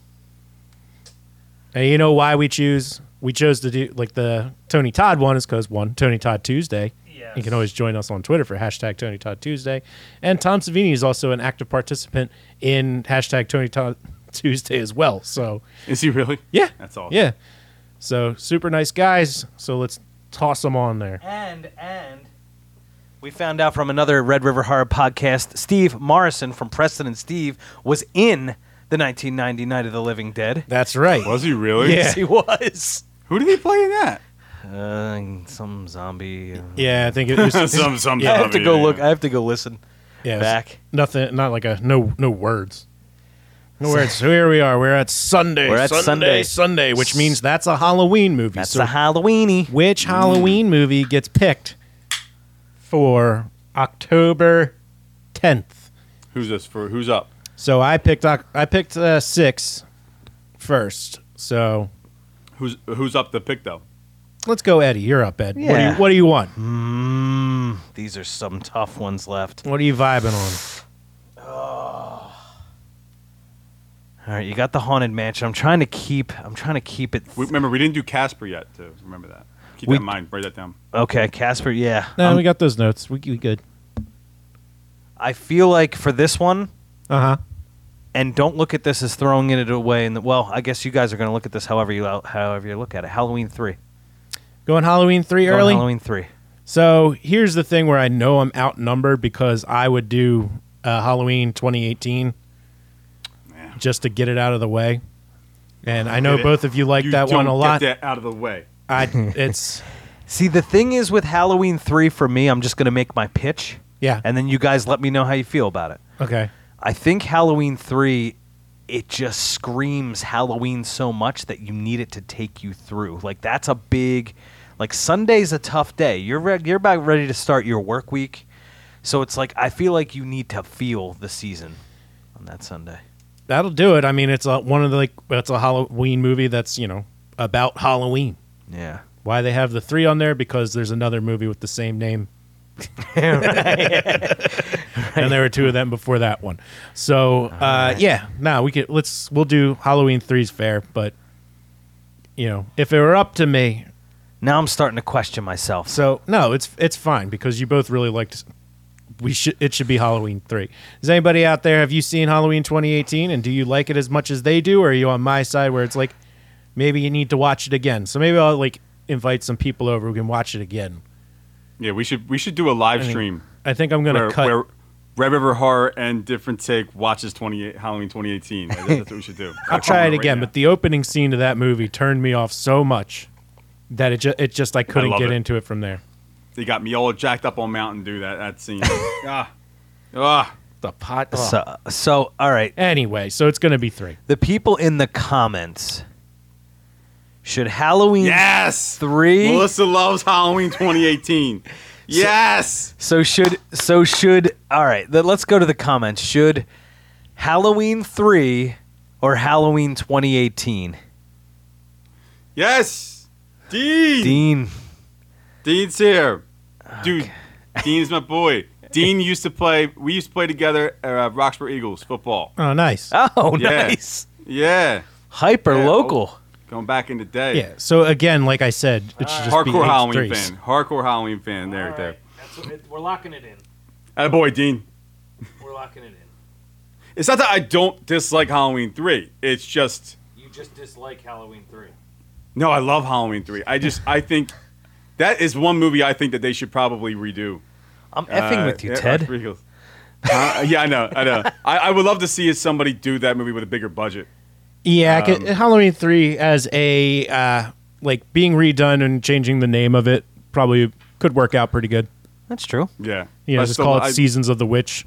Speaker 2: And you know why we choose we chose to do like the Tony Todd one is because one Tony Todd Tuesday. You can always join us on Twitter for hashtag Tony Todd Tuesday. And Tom Savini is also an active participant in hashtag Tony Todd Tuesday as well. So
Speaker 3: Is he really?
Speaker 2: yeah,
Speaker 3: That's awesome.
Speaker 2: Yeah, so super nice guys. So let's toss them on there.
Speaker 1: And and we found out from another Red River Horror podcast, Steve Morrison from Preston and Steve was in the 1990 Night of the Living Dead.
Speaker 2: That's right.
Speaker 3: Was he really?
Speaker 2: Yeah.
Speaker 1: Yes, he was.
Speaker 3: Who did he play in that?
Speaker 1: Uh, some zombie.
Speaker 2: Yeah, I think it was
Speaker 3: some some.
Speaker 1: I have to go look. I have to go listen.
Speaker 2: yeah, it was
Speaker 1: back.
Speaker 2: Nothing. Not like a no. No words. No words. So here we are. We're at Sunday.
Speaker 1: We're at
Speaker 2: Sunday.
Speaker 1: Sunday.
Speaker 2: Sunday, which means that's a Halloween movie.
Speaker 1: That's
Speaker 2: so
Speaker 1: a Hmm. Halloweeny.
Speaker 2: which Halloween movie gets picked for October 10th?
Speaker 3: Who's this for? Who's up?
Speaker 2: So I picked Oc- I picked uh, six first. So
Speaker 3: Who's who's up the pick though?
Speaker 2: let's go, Eddie. You're up, Ed. What, do
Speaker 1: Yeah.
Speaker 2: you, what do you want?
Speaker 1: Mmm. These are some tough ones left.
Speaker 2: What are you vibing on?
Speaker 1: All right, you got the haunted mansion. I'm trying to keep. I'm trying to keep it.
Speaker 3: We, remember, we didn't do Casper yet. Too. Remember that. Keep
Speaker 1: We-
Speaker 3: that in mind. Write that down.
Speaker 1: Okay, Casper. Yeah.
Speaker 2: No,
Speaker 1: Um,
Speaker 2: we got those notes. We, we good.
Speaker 1: I feel like for this one,
Speaker 2: Uh huh.
Speaker 1: and don't look at this as throwing it away. And well, I guess you guys are going to look at this however you however you look at it. Halloween three,
Speaker 2: Going Halloween three
Speaker 1: Going
Speaker 2: early.
Speaker 1: Halloween three.
Speaker 2: So here's the thing where I know I'm outnumbered because I would do uh, Halloween 2018
Speaker 3: Yeah.
Speaker 2: just to get it out of the way. And I know
Speaker 3: Get it.
Speaker 2: both of you like
Speaker 3: you
Speaker 2: that
Speaker 3: don't
Speaker 2: one a lot.
Speaker 3: Get that out of the way.
Speaker 2: I it's
Speaker 1: See, the thing is with Halloween three for me, I'm just going to make my pitch,
Speaker 2: yeah
Speaker 1: and then you guys let me know how you feel about it.
Speaker 2: okay
Speaker 1: I think Halloween three, it just screams Halloween so much that you need it to take you through. Like that's a big, like Sunday's a tough day. You're re- you're about ready to start your work week, so it's like I feel like you need to feel the season on that Sunday.
Speaker 2: that'll do it. I mean it's a, one of the like it's a Halloween movie that's you know about Halloween.
Speaker 1: Yeah.
Speaker 2: Why they have the three on there because there's another movie with the same name and there were two of them before that one. So uh, yeah, now we could let's we'll do Halloween three's fair, but you know if it were up to me,
Speaker 1: Now I'm starting to question myself.
Speaker 2: so no, it's it's fine because you both really liked. We should it should be Halloween three. Is anybody out there? Have you seen Halloween 2018 and do you like it as much as they do, or are you on my side where it's like maybe you need to watch it again? So maybe I'll like invite some people over who can watch it again.
Speaker 3: Yeah, we should we should do a live
Speaker 2: think
Speaker 3: stream
Speaker 2: I think I'm gonna
Speaker 3: where,
Speaker 2: cut.
Speaker 3: where Red River Horror and Different Take watches 28 Halloween 2018. I guess that's what we should do.
Speaker 2: I'll try it again, but the opening scene to that movie turned me off so much that it just it just I couldn't
Speaker 3: love
Speaker 2: get
Speaker 3: it.
Speaker 2: into it from there.
Speaker 3: they got me all jacked up on Mountain Dew. That that scene. ah, ah.
Speaker 2: The pot.
Speaker 1: So, so all right.
Speaker 2: Anyway, so it's gonna be three.
Speaker 1: The people in the comments should Halloween
Speaker 3: Yes.
Speaker 1: three.
Speaker 3: Melissa loves Halloween 2018. yes.
Speaker 1: So should so should all right. Then let's go to the comments. Should Halloween three or Halloween 2018?
Speaker 3: Yes. Dean.
Speaker 1: Dean,
Speaker 3: Dean's here. Dude, Dean's my boy. Dean used to play. We used to play together at uh, Roxborough Eagles football.
Speaker 2: Oh, nice.
Speaker 1: Oh,
Speaker 3: Yeah.
Speaker 1: nice.
Speaker 3: Yeah,
Speaker 1: Hyper
Speaker 3: Yeah,
Speaker 1: local.
Speaker 3: going back in the day.
Speaker 2: yeah. So again, like I said, it should just be
Speaker 3: Hardcore Halloween
Speaker 2: H3s.
Speaker 3: fan. Hardcore Halloween fan. There, there.
Speaker 1: That's what we're locking it in.
Speaker 3: Atta boy, Dean.
Speaker 1: We're locking it in.
Speaker 3: It's not that I don't dislike Halloween three. It's just
Speaker 1: You just dislike Halloween 3.
Speaker 3: no. I love Halloween three. I just I think that is one movie I think that they should probably redo.
Speaker 1: I'm effing
Speaker 3: Uh,
Speaker 1: with you,
Speaker 3: yeah,
Speaker 1: Ted.
Speaker 3: Roxbury Eagles. Uh, yeah, I know. I know. I, I would love to see somebody do that movie with a bigger budget.
Speaker 2: Yeah, I could-
Speaker 3: Um,
Speaker 2: Halloween three as a uh, like being redone and changing the name of it probably could work out pretty good.
Speaker 1: That's true.
Speaker 3: Yeah.
Speaker 2: You know,
Speaker 3: But
Speaker 2: just
Speaker 3: still,
Speaker 2: call it
Speaker 3: I-
Speaker 2: Seasons of the Witch,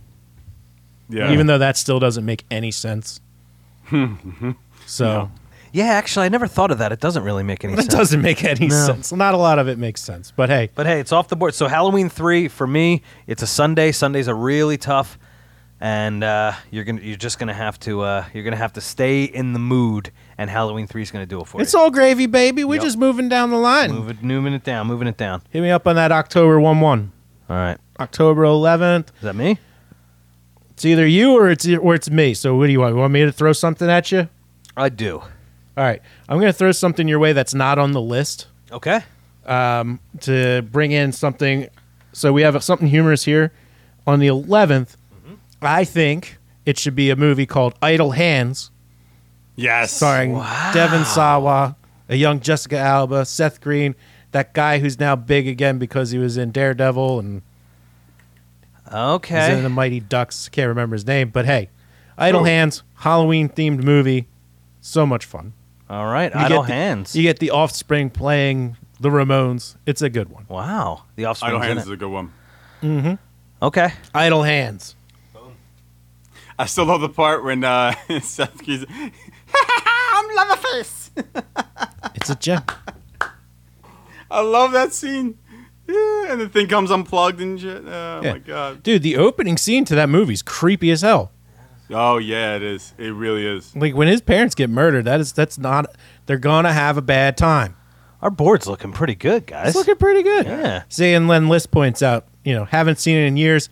Speaker 3: Yeah.
Speaker 2: even though that still doesn't make any sense. so
Speaker 1: Yeah, actually, I never thought of that. It doesn't really make any
Speaker 2: it
Speaker 1: sense.
Speaker 2: doesn't make any
Speaker 1: No.
Speaker 2: sense. Not a lot of it makes sense, but hey,
Speaker 1: But hey, it's off the board. So Halloween three for me, it's a Sunday. Sundays are really tough, and uh, you're gonna you're just gonna have to uh, you're gonna have to stay in the mood. And Halloween three is gonna do it for
Speaker 2: it's
Speaker 1: you.
Speaker 2: all gravy, baby. We're
Speaker 1: Yep.
Speaker 2: just moving down the line.
Speaker 1: Move it, moving it down, moving it down.
Speaker 2: Hit me up on that October one one,
Speaker 1: All right,
Speaker 2: October eleventh.
Speaker 1: is that me?
Speaker 2: It's either you or it's or it's me. So what do you want? You want me to throw something at you?
Speaker 1: I do.
Speaker 2: All right, I'm gonna throw something your way that's not on the list.
Speaker 1: Okay.
Speaker 2: um, to bring in something. So we have something humorous here on the 11th. I think it should be a movie called Idle Hands,
Speaker 3: Yes.
Speaker 2: starring Devon Sawa, a young Jessica Alba, Seth Green, that guy who's now big again because he was in Daredevil and he's in
Speaker 1: Okay.
Speaker 2: the Mighty Ducks. Can't remember his name, but hey, Idle Hands, Halloween themed movie, so much fun.
Speaker 1: All right.
Speaker 2: You
Speaker 1: Idle
Speaker 2: get the-
Speaker 1: hands.
Speaker 2: You get the Offspring playing the Ramones. It's a good one.
Speaker 1: wow. The
Speaker 3: Idle
Speaker 1: offspring's in
Speaker 3: Hands
Speaker 1: it.
Speaker 3: is a good one.
Speaker 1: Okay.
Speaker 2: Idle Hands.
Speaker 3: I still love the part when uh, Seth Green's, I'm Leatherface.
Speaker 2: It's a gem.
Speaker 3: I love that scene. Yeah, and the thing comes unplugged and shit. Oh
Speaker 2: Yeah.
Speaker 3: my god.
Speaker 2: Dude, the opening scene to that movie's creepy as hell.
Speaker 3: Oh yeah, it is. It really is.
Speaker 2: Like when his parents get murdered, that is that's not they're gonna have a bad time.
Speaker 1: Our board's looking pretty good, guys.
Speaker 2: It's looking pretty good.
Speaker 1: Yeah.
Speaker 2: See, and Len List points out, you know, haven't seen it in years.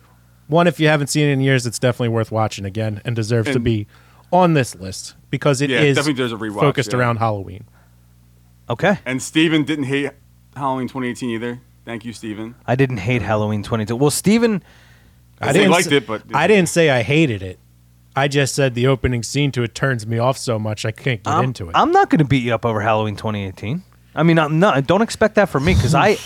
Speaker 2: One, if you haven't seen it in years, it's definitely worth watching again and deserves to
Speaker 3: And-
Speaker 2: be on this list because it is
Speaker 3: Yeah, it definitely deserves a rewatch,
Speaker 2: focused
Speaker 3: yeah.
Speaker 2: around Halloween.
Speaker 1: Okay.
Speaker 3: And Steven didn't hate Halloween 2018 either. Thank you, Steven.
Speaker 1: I didn't hate Halloween 22. Well, Steven,
Speaker 3: I think liked
Speaker 2: say-
Speaker 3: it, but
Speaker 2: I didn't say I hated it. I just said the opening scene to it turns me off so much I can't get
Speaker 1: I'm,
Speaker 2: into it.
Speaker 1: I'm not going to beat you up over Halloween 2018. I mean, I'm not. Don't expect that from me because I,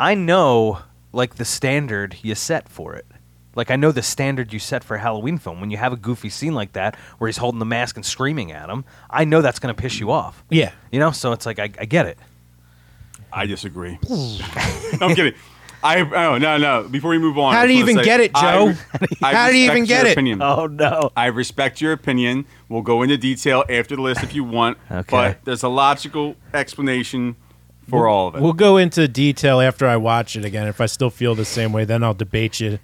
Speaker 1: I know like the standard you set for it. Like I know the standard you set for a Halloween film. When you have a goofy scene like that where he's holding the mask and screaming at him, I know that's going to piss you off.
Speaker 2: yeah.
Speaker 1: You know, so it's like I, I get it.
Speaker 3: I disagree. No, I'm kidding. I oh no no. Before we move on,
Speaker 2: How
Speaker 3: I
Speaker 2: do
Speaker 3: just
Speaker 2: you
Speaker 3: wanna
Speaker 2: even get it,
Speaker 3: I
Speaker 2: Joe?
Speaker 3: re- I
Speaker 2: How do you
Speaker 3: respect
Speaker 2: even get
Speaker 3: your
Speaker 2: it?
Speaker 3: Opinion.
Speaker 1: Oh no.
Speaker 3: I respect your opinion. We'll go into detail after the list if you want.
Speaker 1: Okay.
Speaker 3: But there's a logical explanation for all of it.
Speaker 2: We'll go into detail after I watch it again. If I still feel the same way, then I'll debate you.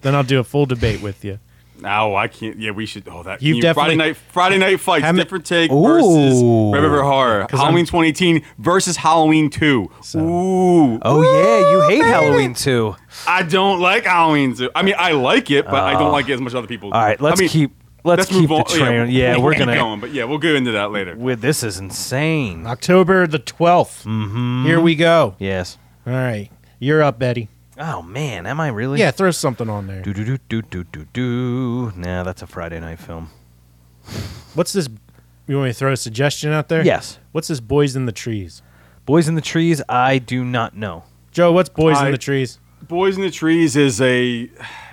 Speaker 2: then I'll do a full debate with you.
Speaker 3: No, Oh, I can't. Yeah, we should. Oh, that
Speaker 2: You
Speaker 3: you
Speaker 2: definitely-
Speaker 3: Friday night Friday night fights,
Speaker 2: How ma-
Speaker 3: different take versus
Speaker 1: Ooh.
Speaker 3: Red River Horror,
Speaker 2: 'Cause I'm-
Speaker 3: Halloween 2018 versus Halloween 2. Ooh,
Speaker 1: Oh yeah, you hate Halloween too.
Speaker 3: I don't like Halloween 2. I mean, I like it, but I don't like it as much as other people.
Speaker 1: Ah. All right, let's
Speaker 3: I mean,
Speaker 1: keep let's, keep the train. Yeah, we're
Speaker 3: keep
Speaker 1: gonna.
Speaker 3: going, but yeah, we'll get into that later.
Speaker 1: With this is insane.
Speaker 2: October the 12th. Mm-hmm. Here we go.
Speaker 1: Yes.
Speaker 2: All right. You're up, Betty.
Speaker 1: Oh man, am I really?
Speaker 2: Yeah, throw something on there.
Speaker 1: Do do do do do do do. Nah, that's a Friday night film.
Speaker 2: What's this? You want me to throw a suggestion out there?
Speaker 1: Yes.
Speaker 2: What's this Boys in the Trees?
Speaker 1: Boys in the Trees. I do not know.
Speaker 2: Joe, what's Boys
Speaker 3: I-
Speaker 2: in the Trees?
Speaker 3: Boys in the Trees is a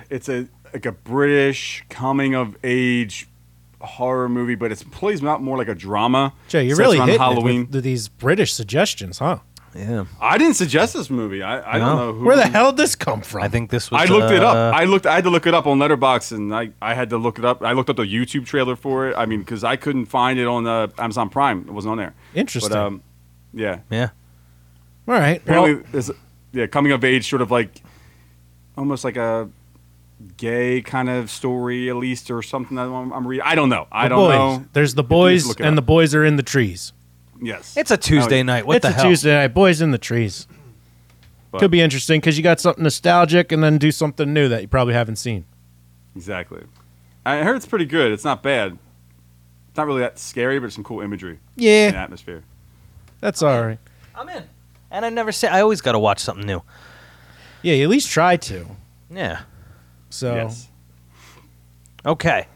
Speaker 3: it's a like a British coming of age horror movie, but it's plays not more like a drama.
Speaker 2: Joe, you're
Speaker 3: Sets
Speaker 2: really
Speaker 3: around
Speaker 2: hitting
Speaker 3: Halloween.
Speaker 2: Halloween. these British suggestions, huh?
Speaker 1: Yeah.
Speaker 3: I didn't suggest this movie. I, I don't
Speaker 1: No.
Speaker 3: know who
Speaker 2: Where the hell did this come from?
Speaker 1: I think this was.
Speaker 3: I looked it up.
Speaker 1: uh,
Speaker 3: I looked. I had to look it up on Letterbox, and I, I had to look it up. I looked up the YouTube trailer for it. I mean, because I couldn't find it on uh, Amazon Prime. It wasn't on there.
Speaker 2: Interesting.
Speaker 3: But, um, yeah.
Speaker 1: yeah.
Speaker 2: All right.
Speaker 3: Apparently,
Speaker 2: Well,
Speaker 3: there's a- yeah, coming of age, sort of like, almost like a gay kind of story, at least, or something. That I'm, I'm reading. I don't know.
Speaker 2: the
Speaker 3: I don't
Speaker 2: boys.
Speaker 3: know.
Speaker 2: There's the
Speaker 3: You need to
Speaker 2: boys,
Speaker 3: look it
Speaker 2: and the
Speaker 3: up.
Speaker 2: boys are in the trees.
Speaker 3: yes.
Speaker 1: It's a Tuesday
Speaker 3: Oh,
Speaker 1: night. What
Speaker 2: it's
Speaker 1: the
Speaker 2: a
Speaker 1: hell?
Speaker 2: Tuesday night. Boys in the trees.
Speaker 3: But
Speaker 2: Could be interesting because you got something nostalgic and then do something new that you probably haven't seen.
Speaker 3: exactly. I heard it's pretty good. It's not bad. It's not really that scary, but some cool imagery and
Speaker 2: Yeah,
Speaker 3: atmosphere.
Speaker 2: that's all right.
Speaker 1: I'm in. And I never say I always got to watch something new.
Speaker 2: Yeah, you at least try to.
Speaker 1: Yeah.
Speaker 2: So
Speaker 3: Yes.
Speaker 1: Okay.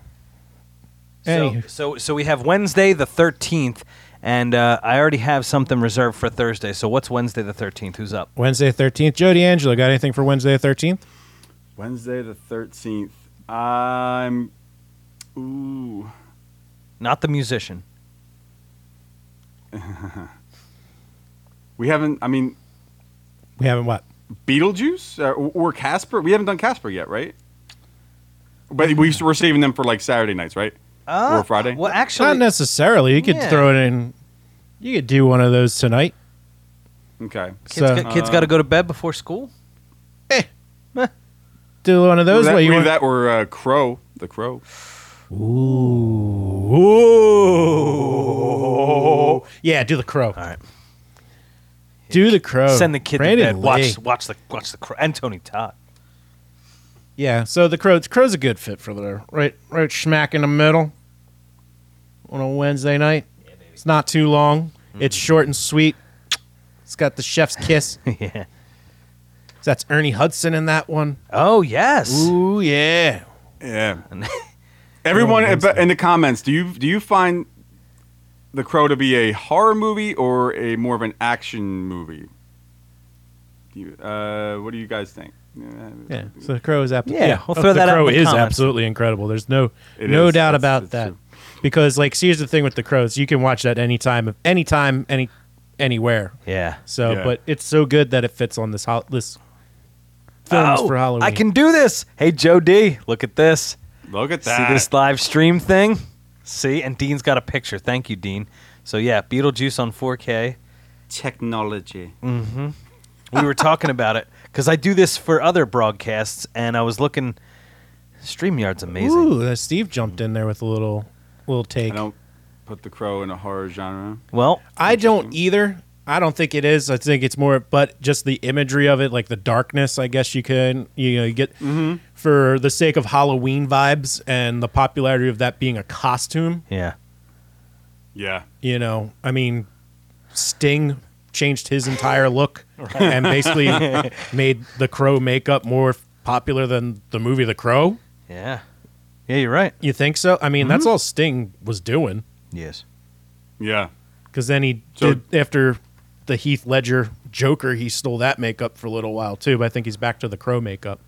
Speaker 1: So,
Speaker 2: Anywho.
Speaker 1: so so we have Wednesday the 13th and uh, I already have something reserved for Thursday. So what's Wednesday the 13th? Who's up?
Speaker 2: Wednesday thirteenth, Jody Angelo got anything for Wednesday thirteenth?
Speaker 3: Wednesday the thirteenth. I'm. Ooh.
Speaker 1: Not the musician.
Speaker 3: We haven't. I mean,
Speaker 2: We haven't what?
Speaker 3: Beetlejuice or, or Casper. We haven't done Casper yet, right? But we, we're saving them for like Saturday nights, right?
Speaker 1: Uh,
Speaker 3: or Friday.
Speaker 1: Well,
Speaker 2: Not
Speaker 1: actually
Speaker 2: necessarily. You could
Speaker 1: Yeah.
Speaker 2: throw it in. You could do one of those tonight.
Speaker 3: Okay.
Speaker 1: kids,
Speaker 2: so
Speaker 1: got- kids got to go to bed before school.
Speaker 2: do one of those.
Speaker 3: that,
Speaker 2: where you
Speaker 3: we
Speaker 2: want
Speaker 3: that or uh, Crow, the Crow.
Speaker 2: Ooh. Yeah, do the crow.
Speaker 1: All right.
Speaker 2: Do the crow.
Speaker 1: Send the kid
Speaker 2: Oh, Brandon
Speaker 1: to bed. Watch
Speaker 2: Lee.
Speaker 1: watch the watch the cr- and Tony Todd.
Speaker 2: Yeah, so the crow. Crow's a good fit for there. Right, right, smack in the middle. On a Wednesday night, it's not too long.
Speaker 1: Mm-hmm.
Speaker 2: It's short and sweet. It's got the chef's kiss.
Speaker 1: yeah.
Speaker 2: That's Ernie Hudson in that one.
Speaker 1: Oh, yes.
Speaker 2: Ooh yeah.
Speaker 3: Yeah. Everyone ab- in the comments, do you do you find the Crow to be a horror movie or a more of an action movie? Do you, uh, what do you guys think?
Speaker 2: Yeah, so the crow is absolutely.
Speaker 1: Yeah, we'll throw that
Speaker 2: The
Speaker 1: out
Speaker 2: crow
Speaker 1: in the
Speaker 2: is
Speaker 1: comments.
Speaker 2: absolutely incredible. There's no
Speaker 3: It
Speaker 2: no
Speaker 3: is.
Speaker 2: doubt
Speaker 3: That's-
Speaker 2: about
Speaker 3: that's
Speaker 2: that.
Speaker 3: true.
Speaker 2: Because like, here's the thing with the crows: you can watch that any time, of any time, any anywhere.
Speaker 1: Yeah.
Speaker 2: So,
Speaker 3: Yeah.
Speaker 2: but it's so good that it fits on this hol- this films
Speaker 1: Oh,
Speaker 2: for Halloween.
Speaker 1: I can do this. Hey, Joe D, look at this.
Speaker 3: Look at
Speaker 1: See
Speaker 3: that.
Speaker 1: this live stream thing? See? And Dean's got a picture. Thank you, Dean. So, yeah, Beetlejuice on 4K.
Speaker 3: technology.
Speaker 1: We were talking about it because I do this for other broadcasts, and I was looking. StreamYard's amazing.
Speaker 2: Ooh, uh, Steve jumped in there with a little little
Speaker 3: I
Speaker 2: take. I don't,
Speaker 3: don't put the Crow in a horror genre.
Speaker 1: Well,
Speaker 2: either. I don't think it is. I think it's more, but just the imagery of it, like the darkness. I guess you can you know you get for the sake of Halloween vibes and the popularity of that being a costume.
Speaker 1: yeah.
Speaker 3: Yeah.
Speaker 2: You know, I mean, Sting changed his entire look and basically made the Crow makeup more popular than the movie The Crow.
Speaker 1: Yeah. Yeah, you're right.
Speaker 2: You think so? I mean, that's all Sting was doing.
Speaker 1: Yes.
Speaker 3: Yeah.
Speaker 2: Because then he
Speaker 3: So-
Speaker 2: did after the Heath Ledger Joker, he stole that makeup for a little while too. But I think he's back to the Crow makeup.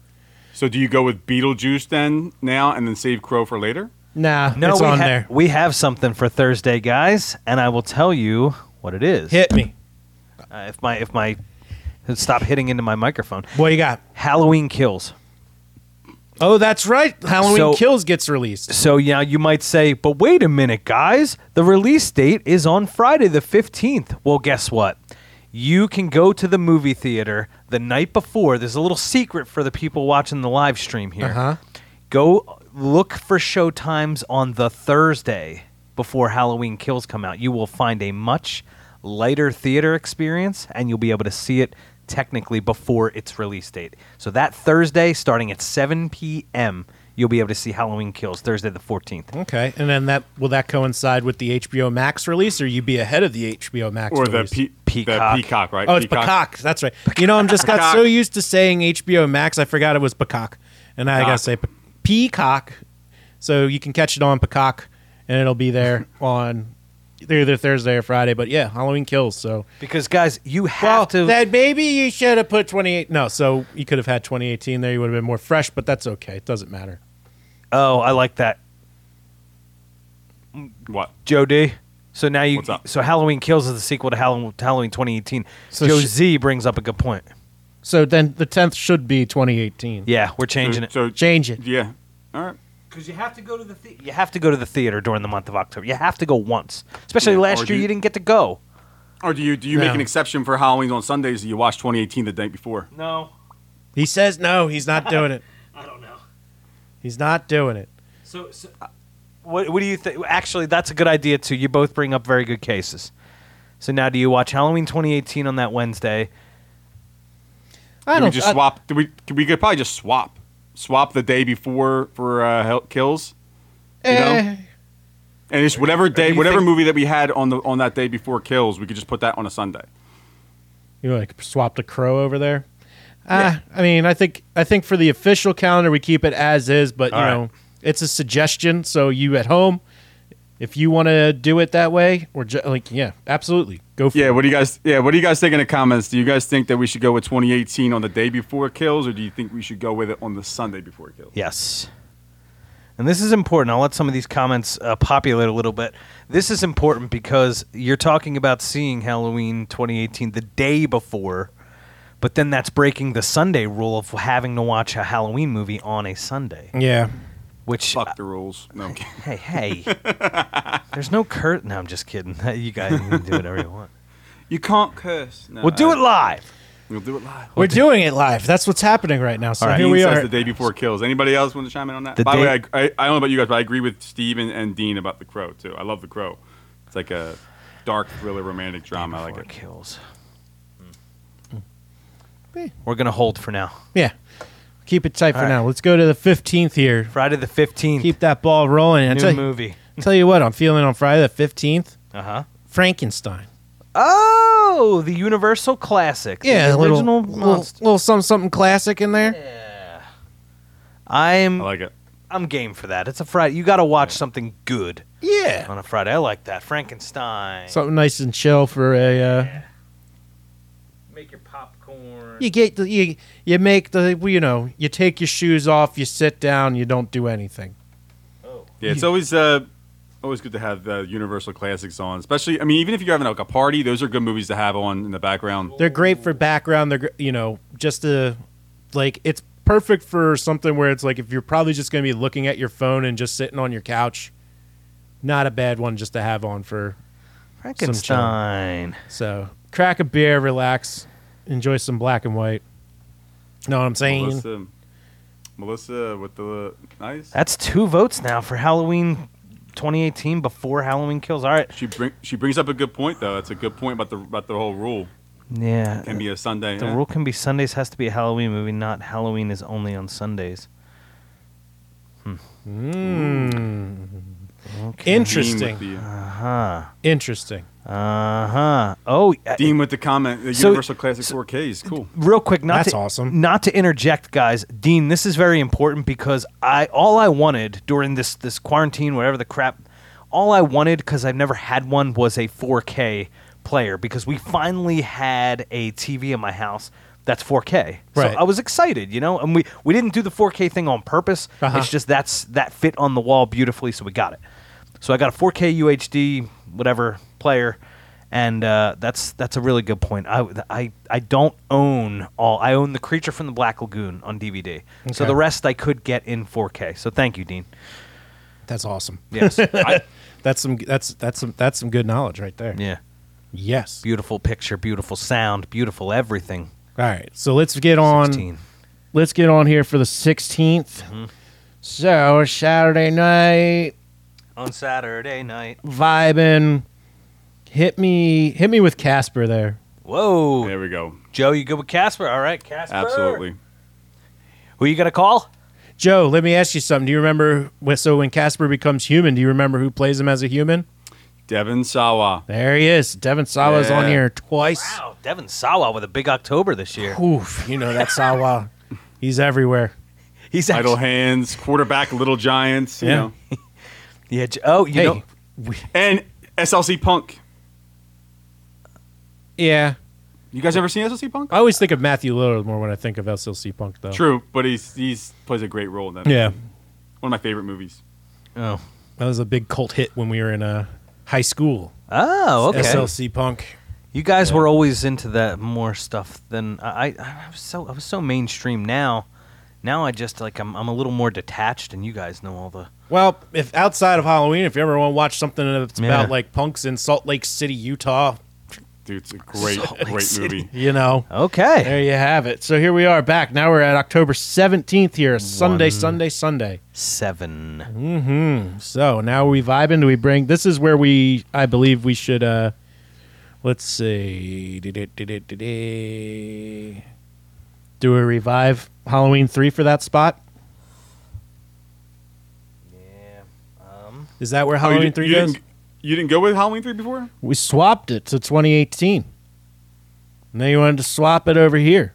Speaker 3: So do you go with Beetlejuice then now and then save Crow for later?
Speaker 2: Nah,
Speaker 1: No,
Speaker 2: it's
Speaker 1: we,
Speaker 2: on
Speaker 1: ha-
Speaker 2: there.
Speaker 1: we have something for Thursday, guys, and I will tell you what it is.
Speaker 2: Hit me.
Speaker 1: Uh, if my if my stop hitting into my microphone.
Speaker 2: What you got?
Speaker 1: Halloween kills.
Speaker 2: Oh, that's right. Halloween
Speaker 1: So-
Speaker 2: Kills gets released.
Speaker 1: So yeah, you might say, but wait a minute, guys. The release date is on Friday the 15th. Well, guess what? You can go to the movie theater the night before. There's a little secret for the people watching the live stream here.
Speaker 2: Uh-huh.
Speaker 1: Go look for show times on the Thursday before Halloween Kills come out. You will find a much lighter theater experience and you'll be able to see it technically before its release date. So that Thursday starting at 7 p.m., you'll be able to see Halloween Kills Thursday the 14th.
Speaker 2: Okay, and then that will that coincide with the HBO Max release, or you be ahead of the HBO Max
Speaker 3: Or the
Speaker 2: release?
Speaker 3: pe-
Speaker 1: Peacock.
Speaker 3: The peacock, right?
Speaker 2: Oh, it's Peacock. That's right. You know, I'm just got
Speaker 3: Peacock.
Speaker 2: so used to saying HBO Max, I forgot it was Peacock, and now I gotta
Speaker 3: Peacock.
Speaker 2: say Pe- Peacock. So you can catch it on Peacock, and it'll be there on either Thursday or Friday. But yeah, Halloween kills. So
Speaker 1: Because guys, you have
Speaker 2: well,
Speaker 1: to
Speaker 2: then maybe you should have put 28. No, so you could have had 2018 there. You would have been more fresh, but that's okay. It doesn't matter.
Speaker 1: Oh, I like that.
Speaker 3: What?
Speaker 1: Joe D. So now you
Speaker 3: What's up?
Speaker 1: so Halloween Kills is the sequel to Halloween, Halloween 2018.
Speaker 2: So
Speaker 1: Joe
Speaker 2: sh-
Speaker 1: Z brings up a good point.
Speaker 2: So then the 10th should be 2018.
Speaker 1: Yeah, we're
Speaker 3: So-
Speaker 1: changing it.
Speaker 3: So,
Speaker 2: Change it.
Speaker 3: yeah. All right.
Speaker 1: Because you have to go to the the- you have to go to the theater during the month of October. You have to go once, especially
Speaker 3: Yeah,
Speaker 1: last
Speaker 3: or
Speaker 1: year
Speaker 3: do
Speaker 1: you,
Speaker 3: you-
Speaker 1: didn't get to go.
Speaker 3: Or do you do you
Speaker 2: No.
Speaker 3: make an exception for Halloween on Sundays? You watch 2018 the night before.
Speaker 1: No,
Speaker 2: He says no, he's not doing it.
Speaker 1: I don't know.
Speaker 2: He's not doing it.
Speaker 1: So, so uh, what what do you think? Actually, that's a good idea too. You both bring up very good cases. So now, do you watch Halloween 2018 on that Wednesday?
Speaker 2: I
Speaker 3: Do we
Speaker 2: don't.
Speaker 3: just
Speaker 2: I-
Speaker 3: swap. Do we? We could probably just swap. Swap the day before for uh, hel- kills, you know?
Speaker 2: eh,
Speaker 3: and it's whatever day,
Speaker 1: you
Speaker 3: whatever
Speaker 1: think-
Speaker 3: movie that we had on the on that day before kills. We could just put that on a Sunday.
Speaker 2: you know, like swapped a crow over there. Ah, I mean, I think I think for the official calendar we keep it as is, but you
Speaker 1: All right.
Speaker 2: know, it's a suggestion. So you at home, if you want to do it that way, or ju- like, yeah, absolutely, go for
Speaker 3: Yeah,
Speaker 2: it.
Speaker 3: what do you guys? Yeah, what do you guys think in the comments? Do you guys think that we should go with 2018 on the day before kills, or do you think we should go with it on the Sunday before kills?
Speaker 1: Yes. And this is important. I'll let some of these comments uh, populate a little bit. This is important because you're talking about seeing Halloween 2018 the day before, but then that's breaking the Sunday rule of having to watch a Halloween movie on a Sunday.
Speaker 2: Yeah,
Speaker 1: Which,
Speaker 3: Fuck the rules. No, I'm kidding.
Speaker 1: hey, hey, there's no cur. No, I'm just kidding. You guys can do whatever you want.
Speaker 3: you can't curse. No,
Speaker 1: We'll do
Speaker 3: I-
Speaker 1: it live.
Speaker 3: We'll do it live.
Speaker 2: we're doing it live. That's what's happening right now. So
Speaker 1: All right.
Speaker 2: here
Speaker 3: Dean
Speaker 2: we
Speaker 3: says
Speaker 2: are.
Speaker 3: the day before kills. Anybody else want to chime in on that?
Speaker 1: The
Speaker 3: By the
Speaker 1: day-
Speaker 3: way, I, I, I don't know about you guys, but I agree with Steve and, and Dean about the Crow too. I love the Crow. It's like a dark thriller, romantic drama. I like
Speaker 1: Before it
Speaker 3: it.
Speaker 1: kills.
Speaker 2: Eh,
Speaker 1: We're gonna hold for now.
Speaker 2: Yeah, keep it tight for
Speaker 1: All right.
Speaker 2: now. Let's go to the fifteenth here.
Speaker 1: Friday the 15th.
Speaker 2: Keep that ball rolling. I
Speaker 1: new
Speaker 2: tell, you,
Speaker 1: movie.
Speaker 2: tell you what, I'm feeling on Friday the fifteenth.
Speaker 1: Uh huh.
Speaker 2: Frankenstein.
Speaker 1: Oh, the Universal classic. the
Speaker 2: Yeah, a little,
Speaker 1: original
Speaker 2: little,
Speaker 1: monster.
Speaker 2: little something, something classic in there.
Speaker 1: I'm
Speaker 3: I like it.
Speaker 1: I'm game for that. It's a Friday. You got to watch something good
Speaker 2: Yeah.
Speaker 1: on a Friday. I like that. Frankenstein.
Speaker 2: Something nice and chill for a. Uh,
Speaker 1: Make your popcorn.
Speaker 2: you get the you, you make the you know you take your shoes off, you sit down, you don't do anything.
Speaker 1: Oh.
Speaker 3: Yeah, it's always uh, always good to have the Universal classics on, especially. I mean, even if you're having like a party, those are good movies to have on in the background.
Speaker 2: They're great for background. They're gr- you know just to like it's perfect for something where it's like if you're probably just going to be looking at your phone and just sitting on your couch. Not a bad one just to have on for
Speaker 1: Frankenstein.
Speaker 2: so crack a beer, relax, enjoy some black and white. Know what I'm saying?
Speaker 3: Melissa, Melissa with the nice.
Speaker 1: That's two votes now for Halloween 2018 before Halloween Kills. All right.
Speaker 3: She bring, she brings up a good point though. That's a good point about the about the whole rule.
Speaker 1: Yeah.
Speaker 3: Can be a Sunday.
Speaker 1: The
Speaker 3: eh?
Speaker 1: rule can be Sundays has to be a Halloween movie, not Halloween is only on Sundays. Okay.
Speaker 3: Dean with
Speaker 2: Interesting.
Speaker 3: the,
Speaker 1: Uh huh.
Speaker 2: Interesting.
Speaker 1: Uh huh. Oh, uh,
Speaker 3: Dean with the comment. The
Speaker 1: So-
Speaker 3: Universal Classic 4K is cool.
Speaker 1: real quick, not
Speaker 2: That's
Speaker 1: to,
Speaker 2: awesome.
Speaker 1: Not to interject, guys. Dean, this is very important because I all I wanted during this this quarantine, whatever the crap, all I wanted because I've never had one was a 4K player because we finally had a TV in my house that's 4K.
Speaker 2: Right.
Speaker 1: So I was excited, you know, and we we didn't do the 4K thing on purpose.
Speaker 2: Uh-huh.
Speaker 1: It's just that's that fit on the wall beautifully, so we got it. So I got a 4K UHD whatever player, and uh, that's that's a really good point. I, I I don't own all. I own the Creature from the Black Lagoon on DVD. So
Speaker 2: Okay.
Speaker 1: the rest I could get in 4K. So thank you, Dean.
Speaker 2: That's awesome.
Speaker 1: Yes.
Speaker 2: That's some that's that's some that's some good knowledge right there.
Speaker 1: yeah.
Speaker 2: Yes.
Speaker 1: Beautiful picture, beautiful sound, beautiful everything.
Speaker 2: All right. So let's get on
Speaker 1: 16.
Speaker 2: let's get on here for the 16th.
Speaker 1: Mm-hmm.
Speaker 2: So Saturday night
Speaker 1: On Saturday night.
Speaker 2: vibing hit me hit me with Casper there.
Speaker 1: Whoa.
Speaker 3: There we go.
Speaker 1: Joe, you good with Casper? All right, Casper.
Speaker 3: Absolutely.
Speaker 1: Who you going to call?
Speaker 2: Joe, let me ask you something. Do you remember when- so when Casper becomes human, do you remember who plays him as a human?
Speaker 3: Devin Sawa.
Speaker 2: There he is. Devin Sawa's on
Speaker 3: Yeah.
Speaker 2: here twice.
Speaker 1: Wow, Devin Sawa with a big October this year.
Speaker 2: Oof, you know that Sawa. He's everywhere.
Speaker 1: He's
Speaker 3: Idle
Speaker 1: actually,
Speaker 3: hands, quarterback, little giants. You
Speaker 2: Yeah.
Speaker 3: know.
Speaker 1: yeah. J- Oh, you
Speaker 2: hey.
Speaker 1: know,
Speaker 2: we-
Speaker 3: And SLC Punk.
Speaker 2: yeah.
Speaker 3: You guys ever seen SLC Punk?
Speaker 2: I always think of Matthew Lillard more when I think of SLC Punk, though.
Speaker 3: True, but he's he's plays a great role in that.
Speaker 2: Yeah,
Speaker 3: One of my favorite movies.
Speaker 1: oh,
Speaker 2: that was a big cult hit when we were in uh, high school.
Speaker 1: oh, okay.
Speaker 2: SLC Punk.
Speaker 1: You guys were always into that more stuff than I, I. I was so I was so mainstream. Now, now I just like I'm I'm a little more detached, and you guys know all the.
Speaker 2: Well, if outside of Halloween, if you ever want to watch something that's
Speaker 1: Yeah.
Speaker 2: about like punks in Salt Lake City, Utah,
Speaker 3: Dude, it's a great
Speaker 1: Salt Lake
Speaker 3: great
Speaker 1: City.
Speaker 3: movie.
Speaker 2: you know,
Speaker 1: Okay,
Speaker 2: there you have it. So here we are back. Now we're at October seventeenth here, Sunday, Sunday, Sunday. Mm-hmm.
Speaker 1: seven.
Speaker 2: So now we vibe into we bring. This is where we, I believe, we should. uh Let's see. Do we revive Halloween three for that spot?
Speaker 1: Yeah. Um,
Speaker 2: Is that where
Speaker 3: Oh, you
Speaker 2: Halloween
Speaker 3: didn't-
Speaker 2: three
Speaker 3: you
Speaker 2: goes?
Speaker 3: Didn't, you didn't go with Halloween three before?
Speaker 2: We swapped it to 2018. Now you wanted to swap it over here.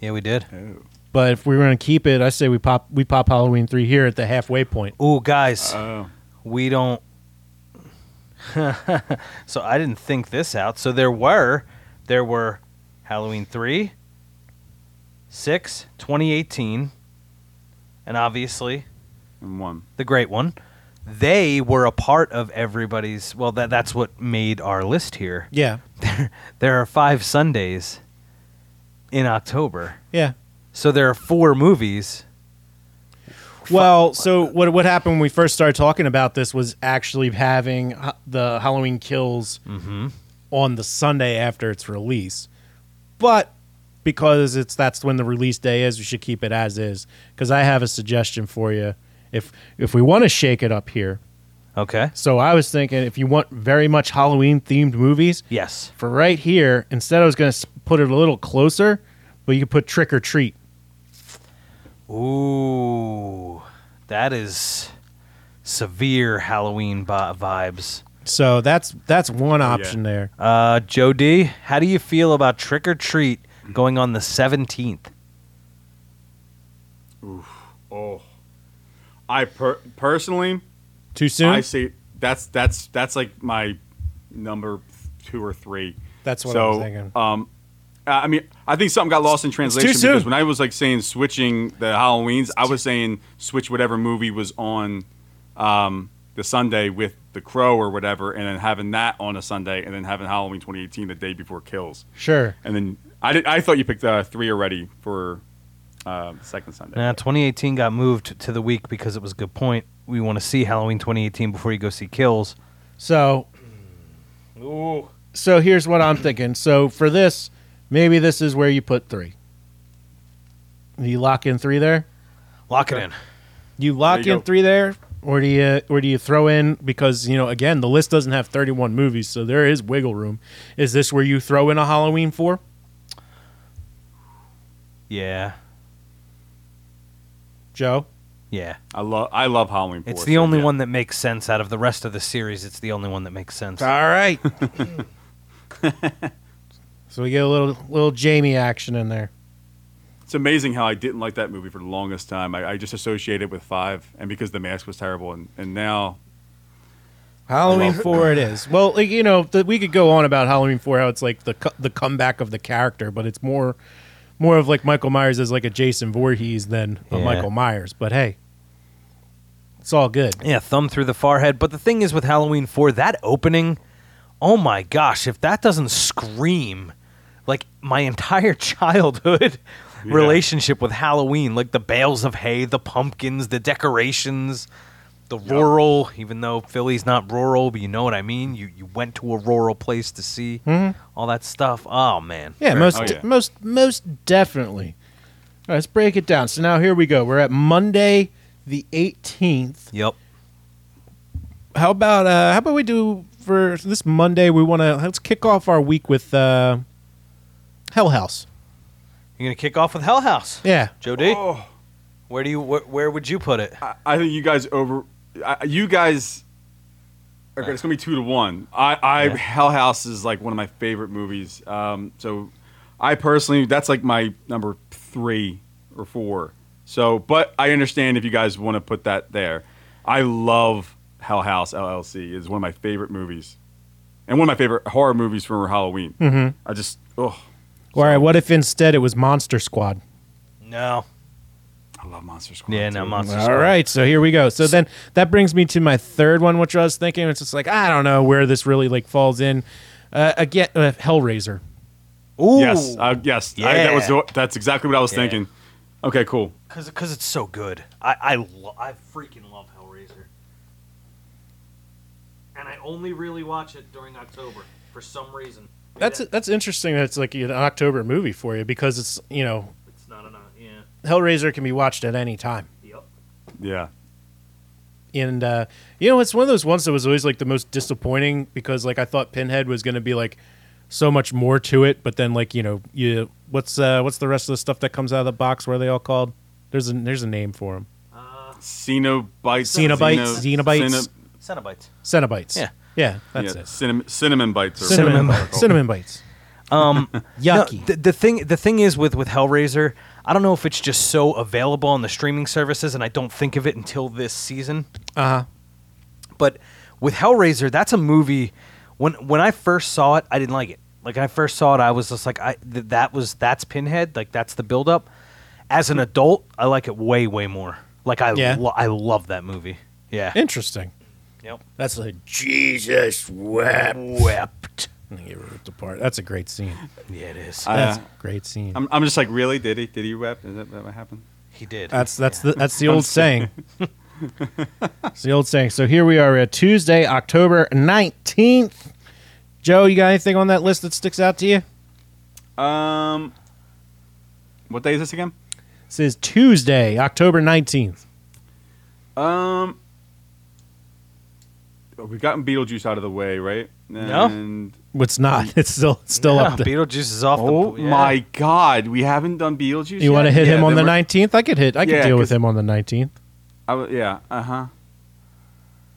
Speaker 1: yeah, we did.
Speaker 3: Oh.
Speaker 2: But if we were going to keep it, I say we pop we pop Halloween three here at the halfway point.
Speaker 1: Ooh, guys,
Speaker 3: Oh.
Speaker 1: we don't. so I didn't think this out. So there were, there were Halloween 3, 6, 2018, and obviously
Speaker 3: And one.
Speaker 1: the great one. They were a part of everybody's. Well, that that's what made our list here.
Speaker 2: Yeah,
Speaker 1: There, there are five Sundays in October,
Speaker 2: yeah.
Speaker 1: so there are four movies.
Speaker 2: Well, so what what happened when we first started talking about this was actually having h- the Halloween Kills on the Sunday after its release, but because it's that's when the release day is, we should keep it as is. Because I have a suggestion for you, if if we want to shake it up here.
Speaker 1: Okay.
Speaker 2: So I was thinking, if you want very much Halloween themed movies,
Speaker 1: Yes.
Speaker 2: for right here, instead I was going to put it a little closer, but you could put Trick or Treat.
Speaker 1: Ooh, that is severe Halloween bi- vibes.
Speaker 2: So that's that's one option there.
Speaker 1: Uh, Joe D, how do you feel about Trick or Treat going on the 17th?
Speaker 3: Oh. I per- personally,
Speaker 2: Too soon.
Speaker 3: I see. That's that's that's like my number two or three.
Speaker 2: That's what
Speaker 3: so,
Speaker 2: I was thinking.
Speaker 3: Um, I I mean, I think something got lost in translation
Speaker 2: too soon.
Speaker 3: because when I was like saying switching the Halloweens, I was saying switch whatever movie was on um, the Sunday with The Crow or whatever, and then having that on a Sunday, and then having Halloween 2018 the day before Kills,
Speaker 2: sure.
Speaker 3: and then I did, I thought you picked uh, three already for uh, the second Sunday.
Speaker 1: Now, 2018 got moved to the week because it was a good point. We want to see Halloween 2018 before you go see Kills.
Speaker 2: So
Speaker 1: Ooh.
Speaker 2: so here's what I'm thinking. So for this, maybe this is where you put three. You lock in three there.
Speaker 1: Lock it in.
Speaker 2: You lock
Speaker 3: you
Speaker 2: in
Speaker 3: go.
Speaker 2: three there, or do you or do you throw in because you know again the list doesn't have 31 movies, so there is wiggle room. Is this where you throw in a Halloween four?
Speaker 1: Yeah.
Speaker 2: Joe?
Speaker 1: Yeah.
Speaker 3: I love I love Halloween.
Speaker 1: It's
Speaker 3: four,
Speaker 1: the
Speaker 3: so
Speaker 1: only
Speaker 3: yeah.
Speaker 1: one that makes sense out of the rest of the series. It's the only one that makes sense.
Speaker 2: right. so we get a little little Jamie action in there.
Speaker 3: It's amazing how I didn't like that movie for the longest time. I, I just associated it with five, and because the mask was terrible, and, and now
Speaker 2: Halloween
Speaker 3: Well-
Speaker 2: four it is. Well, like, you know, the, we could go on about Halloween four how it's like the co- the comeback of the character, but it's more more of like Michael Myers as like a Jason Voorhees than a
Speaker 1: Yeah.
Speaker 2: Michael Myers. But hey, it's all good.
Speaker 1: Yeah, thumb through the forehead. But the thing is with Halloween 4, that opening, oh my gosh, if that doesn't scream like my entire childhood
Speaker 3: Yeah.
Speaker 1: relationship with Halloween, like the bales of hay, the pumpkins, the decorations, the rural, even though Philly's not rural, but you know what I mean? You you went to a rural place to see all that stuff. Oh man.
Speaker 2: Yeah,
Speaker 1: Very
Speaker 2: most
Speaker 3: Oh, yeah.
Speaker 2: most most definitely. All right, let's break it down. So now here we go. We're at Monday the 18th.
Speaker 1: Yep.
Speaker 2: How about uh how about we do for this Monday we want to let's kick off our week with uh Hell House.
Speaker 1: You're going to kick off with Hell House.
Speaker 2: Yeah.
Speaker 1: Joe D,
Speaker 3: Oh,
Speaker 1: where do you wh- where would you put it?
Speaker 3: I, I think you guys over. I, you guys. Okay, it's gonna be two to one. I, I
Speaker 1: Yeah.
Speaker 3: Hell House is like one of my favorite movies. Um, so, I personally that's like my number three or four. So, but I understand if you guys want to put that there. I love Hell House LLC. It's one of my favorite movies, and one of my favorite horror movies for Halloween. Mm-hmm. I just oh,
Speaker 2: All right, what if instead it was Monster Squad?
Speaker 1: No.
Speaker 3: I love Monster Squad.
Speaker 1: Yeah, no,
Speaker 3: too.
Speaker 1: Monster
Speaker 2: All right,
Speaker 1: Squad.
Speaker 2: so here we go. So then that brings me to my third one, which I was thinking. It's just like I don't know where this really like falls in. Uh, again, uh, Hellraiser.
Speaker 1: Ooh.
Speaker 3: Yes, uh, yes, I, that was
Speaker 1: Yeah.
Speaker 3: the- that's exactly what I was
Speaker 1: Yeah.
Speaker 3: thinking. Okay, cool.
Speaker 1: Cause, Cause, it's so good. I, I, lo- I freaking love Hellraiser. And I only really watch it during October for some reason. Maybe
Speaker 2: That's
Speaker 1: that-
Speaker 2: that's interesting. That it's like an October movie for you because it's you know
Speaker 1: It's not enough. Yeah.
Speaker 2: Hellraiser can be watched at any time.
Speaker 1: Yep.
Speaker 3: Yeah.
Speaker 2: And uh, you know, it's one of those ones that was always like the most disappointing because like I thought Pinhead was going to be like so much more to it, but then like you know you what's uh, what's the rest of the stuff that comes out of the box? What are they all called? There's a there's a name for them.
Speaker 3: Cenobites.
Speaker 2: Cenobites,
Speaker 3: Xeno-
Speaker 2: Xenobites.
Speaker 3: Ceno-
Speaker 1: Cenobites.
Speaker 2: Cenobites.
Speaker 1: Yeah.
Speaker 2: yeah, that's
Speaker 3: yeah,
Speaker 2: it.
Speaker 3: Cinnamon, cinnamon bites. Are
Speaker 2: Cinnamon,
Speaker 1: Cinnamon
Speaker 2: bites. cinnamon bites.
Speaker 1: Um,
Speaker 2: Yucky.
Speaker 1: No, the, the thing the thing is with with Hellraiser, I don't know if it's just so available on the streaming services, and I don't think of it until this season.
Speaker 2: Uh huh.
Speaker 1: But with Hellraiser, that's a movie. When when I first saw it, I didn't like it. Like when I first saw it, I was just like, I th- that was that's Pinhead. Like that's the buildup. As an adult, I like it way way more. Like I
Speaker 2: Yeah.
Speaker 1: lo- I love that movie. Yeah.
Speaker 2: Interesting.
Speaker 1: Yep.
Speaker 2: That's like Jesus wept.
Speaker 1: Wept.
Speaker 2: And they get ripped apart. That's a great scene.
Speaker 1: Yeah, it is.
Speaker 3: I-
Speaker 2: That's
Speaker 3: Uh,
Speaker 2: a great scene.
Speaker 3: I'm, I'm just like, really? Did he? Did he rep? Is that, that what happened?
Speaker 1: he did.
Speaker 2: That's that's the that's the old saying. it's the old saying. So here we are at Tuesday, October nineteenth. Joe, you got anything on that list that sticks out to you?
Speaker 3: Um, what day is this again?
Speaker 2: This is Tuesday, October nineteenth.
Speaker 3: Um, oh, we've gotten Beetlejuice out of the way, right?
Speaker 1: No.
Speaker 3: And
Speaker 2: It's not. It's still it's still
Speaker 1: Yeah,
Speaker 2: up. There.
Speaker 1: Beetlejuice is off the.
Speaker 3: oh
Speaker 1: yeah.
Speaker 3: my God, we haven't done Beetlejuice.
Speaker 2: You want to
Speaker 3: yet?
Speaker 2: hit
Speaker 3: Yeah,
Speaker 2: him on the
Speaker 3: then we're-
Speaker 2: nineteenth? I could hit. I could
Speaker 3: Yeah,
Speaker 2: deal with
Speaker 3: 'cause-
Speaker 2: him on the nineteenth.
Speaker 3: I w- yeah. Uh huh.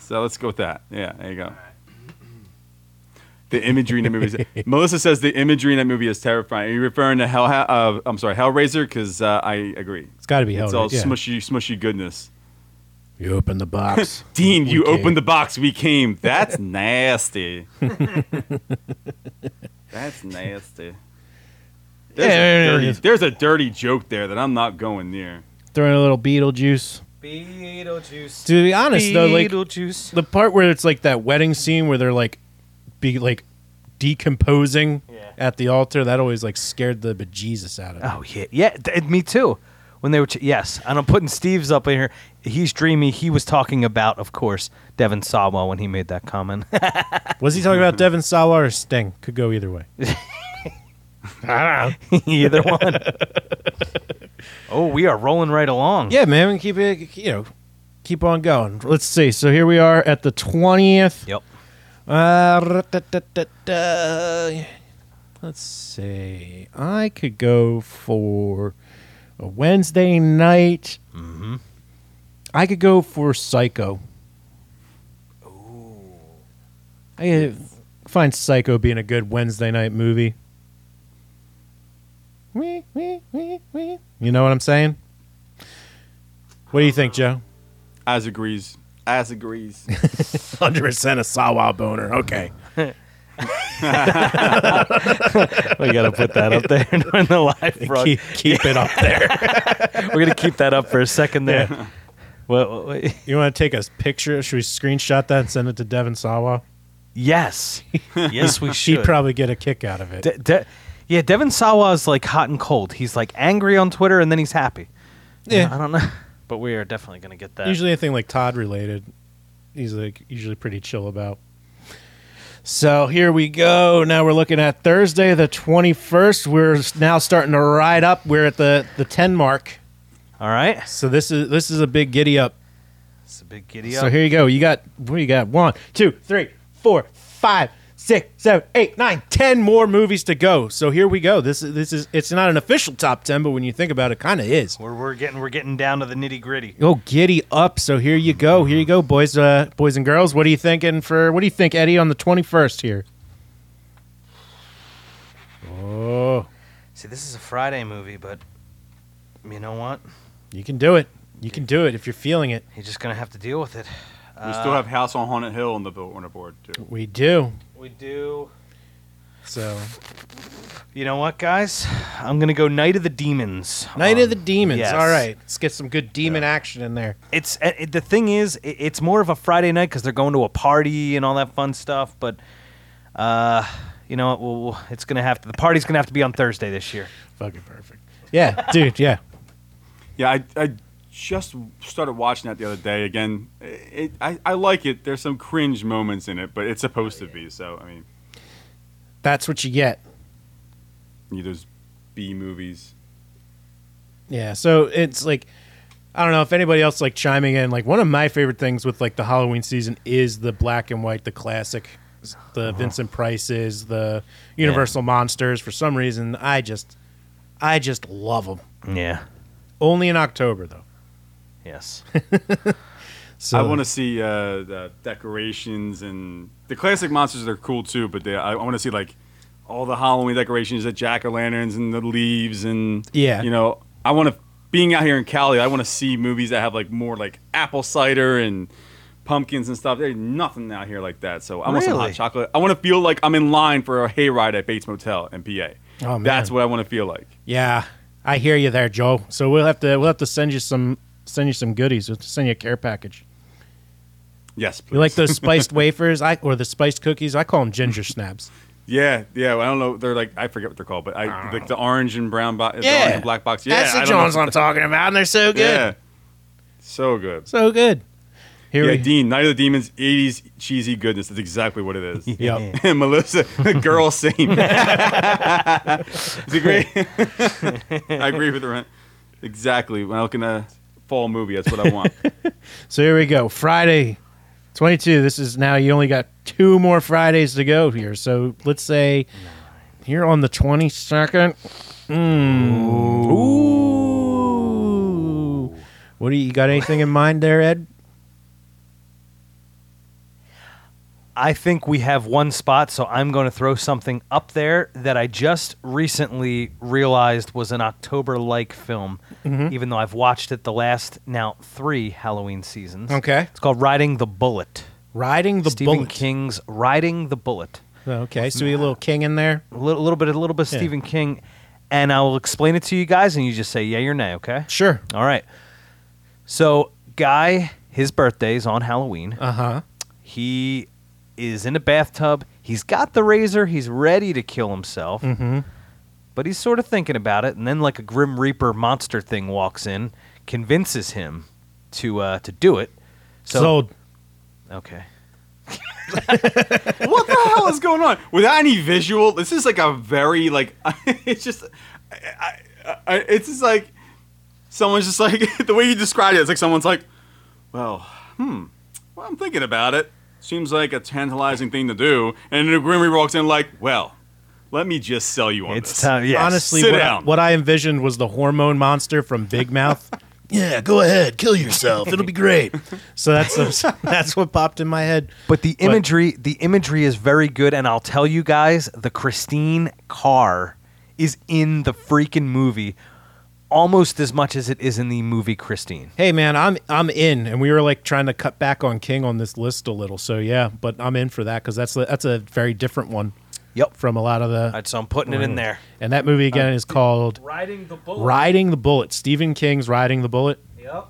Speaker 3: so let's go with that. Yeah. There you go. The imagery in that movie. Is, Melissa says the imagery in that movie is terrifying. Are you referring to Hell? Uh, I'm sorry, Hellraiser, because uh, I agree.
Speaker 2: It's got to be held.
Speaker 3: It's all
Speaker 2: yeah.
Speaker 3: smushy, smushy goodness.
Speaker 2: You open the box.
Speaker 3: Dean,
Speaker 2: We
Speaker 3: you
Speaker 2: came.
Speaker 3: opened the box. We came. That's nasty. That's nasty. There's,
Speaker 2: Yeah,
Speaker 3: a
Speaker 2: yeah,
Speaker 3: dirty,
Speaker 2: yeah.
Speaker 3: there's a dirty joke there that I'm not going near.
Speaker 2: Throw in a little Beetlejuice.
Speaker 1: Beetlejuice.
Speaker 2: To be honest, though, like
Speaker 1: Beetlejuice.
Speaker 2: the part where it's like that wedding scene where they're like be like decomposing
Speaker 1: Yeah.
Speaker 2: at the altar that always like scared the bejesus out of me
Speaker 1: Oh yeah, yeah. th- me too. When they were ch- yes, and I'm putting Steve's up in here. He's dreamy. He was talking about, of course, Devin Sawa when he made that comment.
Speaker 2: was he talking about devin sawa or sting could go either way
Speaker 1: Either one. oh, we are rolling right along.
Speaker 2: yeah man we can keep it you know keep on going let's see so here we are at the 20th
Speaker 1: Yep.
Speaker 2: Uh, ra-ta-ta-ta-ta. uh, Let's see. I could go for a Wednesday night. Mm-hmm. I could go for Psycho. Ooh. I uh, find Psycho being a good Wednesday night movie. Wee, wee, wee, wee. You know what I'm saying? What do you think, Joe?
Speaker 3: As agrees. As agrees.
Speaker 2: 100% a Sawa boner. Okay.
Speaker 1: We got to put that up there during the live
Speaker 2: Keep,
Speaker 1: frog.
Speaker 2: keep it up there.
Speaker 1: We're gonna keep that up for a second there. Well, well,
Speaker 2: You want to take a picture? Should we screenshot that and send it to Devin Sawa?
Speaker 1: yes, yes, we should.
Speaker 2: She'd probably get a kick out of it.
Speaker 1: De- De- yeah, Devin Sawa is like hot and cold. He's like angry on Twitter and then he's happy. You
Speaker 2: Yeah.
Speaker 1: know, I don't know. But we are definitely going to get that.
Speaker 2: usually anything like Todd related, he's like usually pretty chill about. So here we go. Now we're looking at Thursday the twenty first. We're s- now starting to ride up. We're at the the ten mark.
Speaker 1: All right.
Speaker 2: So this is this is a big giddy up.
Speaker 1: It's a big giddy up.
Speaker 2: So here you go. You got what do you got? One, two, three, four, five, six, seven, eight, nine, ten more movies to go. So here we go. This is this is it's not an official top ten, but when you think about it, kind of is.
Speaker 1: we're, we're getting we're getting down to the nitty gritty.
Speaker 2: Oh, giddy up! So here you go. Here you go, boys, uh, boys and girls. What are you thinking for? What do you think, Eddie, on the twenty first here? Oh,
Speaker 1: See, this is a Friday movie, but you know what?
Speaker 2: you can do it. You can do it if you're feeling it.
Speaker 1: You're just going to have to deal with it.
Speaker 3: we still have House on Haunted Hill on the bo- on the board too.
Speaker 2: We do.
Speaker 1: We do.
Speaker 2: So,
Speaker 1: You know what, guys? I'm going to go Night of the Demons.
Speaker 2: Night
Speaker 1: on-
Speaker 2: of the Demons.
Speaker 1: Um, Yes.
Speaker 2: All right, let's get some good demon action in there.
Speaker 1: It's uh, it, the thing is, it, it's more of a Friday night because they're going to a party and all that fun stuff. But uh, you know, what, we'll, we'll- it's gonna have to. The party's gonna have to be on Thursday this year.
Speaker 2: Fucking perfect. Yeah, dude. Yeah,
Speaker 3: Yeah, I, I just started watching that the other day again. It, I, I like it. There's some cringe moments in it, but it's supposed to be. So I mean,
Speaker 2: that's what you get.
Speaker 3: you those B movies.
Speaker 2: Yeah, so it's like I don't know if anybody else like chiming in. Like one of my favorite things with like the Halloween season is the black and white, the classic the Vincent Prices, the Universal Monsters. For some reason, I just, I just love them.
Speaker 1: Yeah.
Speaker 2: Only in October though.
Speaker 1: Yes.
Speaker 2: So
Speaker 3: I want to see uh, the decorations and the classic monsters are cool too, but they, I, I want to see like all the Halloween decorations, the jack o' lanterns and the leaves and
Speaker 2: Yeah.
Speaker 3: you know, I want to being out here in Cali, I want to see movies that have like more like apple cider and pumpkins and stuff. There's nothing out here like that, so I want some
Speaker 1: Really?
Speaker 3: hot chocolate. I want to feel like I'm in line for a hayride at Bates Motel in PA.
Speaker 2: Oh, man.
Speaker 3: That's what I want to feel like.
Speaker 2: Yeah, I hear you there, Joe. So we'll have to we'll have to send you some send you some goodies. We'll have to send you a care package.
Speaker 3: Yes, please.
Speaker 2: You like those spiced wafers? I or the spiced cookies? I call them ginger snaps.
Speaker 3: Yeah, yeah. I don't know. They're like I forget what they're called, but I like the orange and brown box, the
Speaker 2: Yeah.
Speaker 3: orange and black box. Yeah,
Speaker 2: That's
Speaker 3: I
Speaker 2: the
Speaker 3: don't know.
Speaker 2: Jones I'm talking about, and they're so good.
Speaker 3: Yeah, so good.
Speaker 2: So good. Here
Speaker 3: Yeah,
Speaker 2: we
Speaker 3: Dean, Night of the Demons, '80s cheesy goodness. That's exactly what it is.
Speaker 2: Yep.
Speaker 3: And Melissa, the girl scene. it's a great. I agree with the rent. Exactly. When I look in a fall movie, that's what I want.
Speaker 2: So here we go. Friday, twenty two. This is now you only got two more Fridays to go here. So let's say here on the Hmm. twenty second. Ooh. What do you, you got? Anything in mind there, Ed?
Speaker 1: I think we have one spot, so I'm going to throw something up there that I just recently realized was an October like film,
Speaker 2: Mm-hmm.
Speaker 1: even though I've watched it the last now three Halloween seasons.
Speaker 2: Okay.
Speaker 1: It's called Riding the Bullet.
Speaker 2: Riding the
Speaker 1: Stephen
Speaker 2: bullet.
Speaker 1: King's Riding the Bullet.
Speaker 2: Okay, so we a little king in there.
Speaker 1: A little, little bit, a little bit of
Speaker 2: Yeah.
Speaker 1: Stephen King, and I will explain it to you guys, and you just say yay or nay, okay?
Speaker 2: Sure.
Speaker 1: All right. So, guy, his birthday's on Halloween.
Speaker 2: Uh huh.
Speaker 1: He is in a bathtub. He's got the razor. He's ready to kill himself. Mm-hmm. But he's sort of thinking about it, and then like a grim reaper monster thing walks in, convinces him to uh, to do it. So
Speaker 2: Sold.
Speaker 1: okay,
Speaker 3: what the hell is going on? Without any visual, this is like a very like it's just I, I, I, it's just like someone's just like the way you described it. It's like someone's like, well, hmm, well I'm thinking about it. Seems like a tantalizing thing to do, and then Grimmy walks in like, well, let me just sell you on
Speaker 1: it's
Speaker 3: this.
Speaker 1: time. Yes.
Speaker 2: Honestly,
Speaker 3: Sit
Speaker 2: what I,
Speaker 3: down.
Speaker 2: what I envisioned was the hormone monster from Big Mouth.
Speaker 4: Yeah, go ahead, kill yourself. It'll be great.
Speaker 2: so that's that's what popped in my head.
Speaker 1: But the imagery, the imagery is very good, and I'll tell you guys, the Christine car is in the freaking movie almost as much as it is in the movie Christine.
Speaker 2: Hey man, I'm I'm in, and we were like trying to cut back on King on this list a little. So yeah, but I'm in for that because that's a- that's a very different one
Speaker 1: Yep.
Speaker 2: from a lot of the.
Speaker 1: All right, so I'm putting it in there.
Speaker 2: and that movie again is called
Speaker 1: Riding the bullet.
Speaker 2: Riding the Bullet. Stephen King's Riding the Bullet.
Speaker 1: Yep.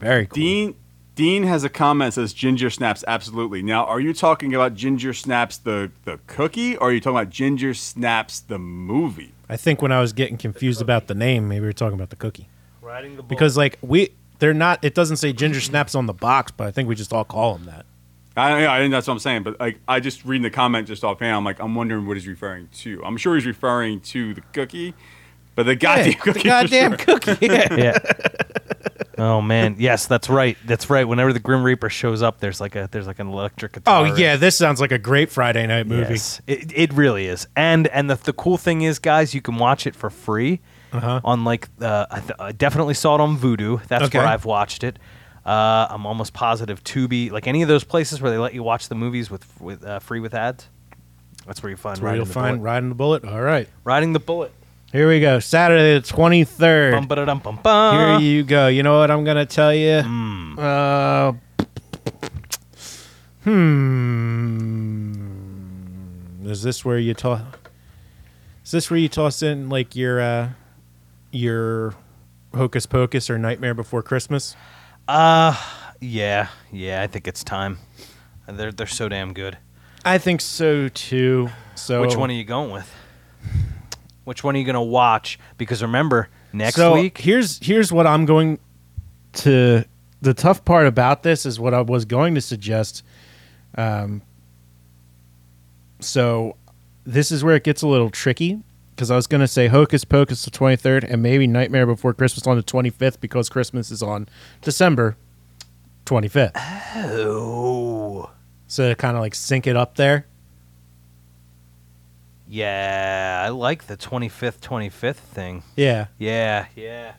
Speaker 2: Very cool.
Speaker 3: Dean Dean has a comment that says ginger snaps absolutely. Now, are you talking about ginger snaps the the cookie, or are you talking about ginger snaps the movie?
Speaker 2: I think when I was getting confused about the name, maybe we were talking about the cookie.
Speaker 1: Riding the bullet.
Speaker 2: because like we they're not it doesn't say ginger snaps on the box but i think we just all call them that
Speaker 3: I, I think that's what I'm saying, but like I just reading the comment just offhand, I'm like, I'm wondering what he's referring to. I'm sure he's referring to the cookie, but the goddamn
Speaker 2: the
Speaker 3: cookie. for
Speaker 2: goddamn
Speaker 3: sure.
Speaker 2: cookie
Speaker 1: yeah. Oh man, yes, that's right. That's right. Whenever the Grim Reaper shows up, there's like a there's like an electric guitar.
Speaker 2: oh yeah this sounds like a great friday night movie
Speaker 1: Yes. It, it really is. And and the, the cool thing is, guys, you can watch it for free
Speaker 2: Uh-huh.
Speaker 1: on like uh, I, th- I definitely saw it on Vudu. That's where
Speaker 2: Okay.
Speaker 1: I've watched it. Uh, I'm almost positive Tubi, like any of those places where they let you watch the movies with with uh, free with ads. That's where you find
Speaker 2: That's where
Speaker 1: riding
Speaker 2: you'll
Speaker 1: the
Speaker 2: find
Speaker 1: bullet.
Speaker 2: riding the bullet all right
Speaker 1: riding the bullet.
Speaker 2: here we go saturday the 23rd
Speaker 1: Bum, ba-da-dum, bum, bum.
Speaker 2: here you go you know what i'm gonna tell you uh, hmm is this where you toss is this where you toss in like your uh your hocus pocus or nightmare before christmas
Speaker 1: Uh, Yeah, yeah, I think it's time. They're they're so damn good.
Speaker 2: I think so too. So
Speaker 1: Which one are you going with? Which one are you going to watch? Because remember, next
Speaker 2: so
Speaker 1: week.
Speaker 2: Here's here's what I'm going to. The tough part about this is what I was going to suggest. Um, so this is where it gets a little tricky because I was going to say Hocus Pocus the 23rd and maybe Nightmare Before Christmas on the 25th because Christmas is on December 25th.
Speaker 1: Oh.
Speaker 2: So kind of like sync it up there.
Speaker 1: Yeah, I like the 25th, 25th thing.
Speaker 2: Yeah,
Speaker 1: Yeah, yeah,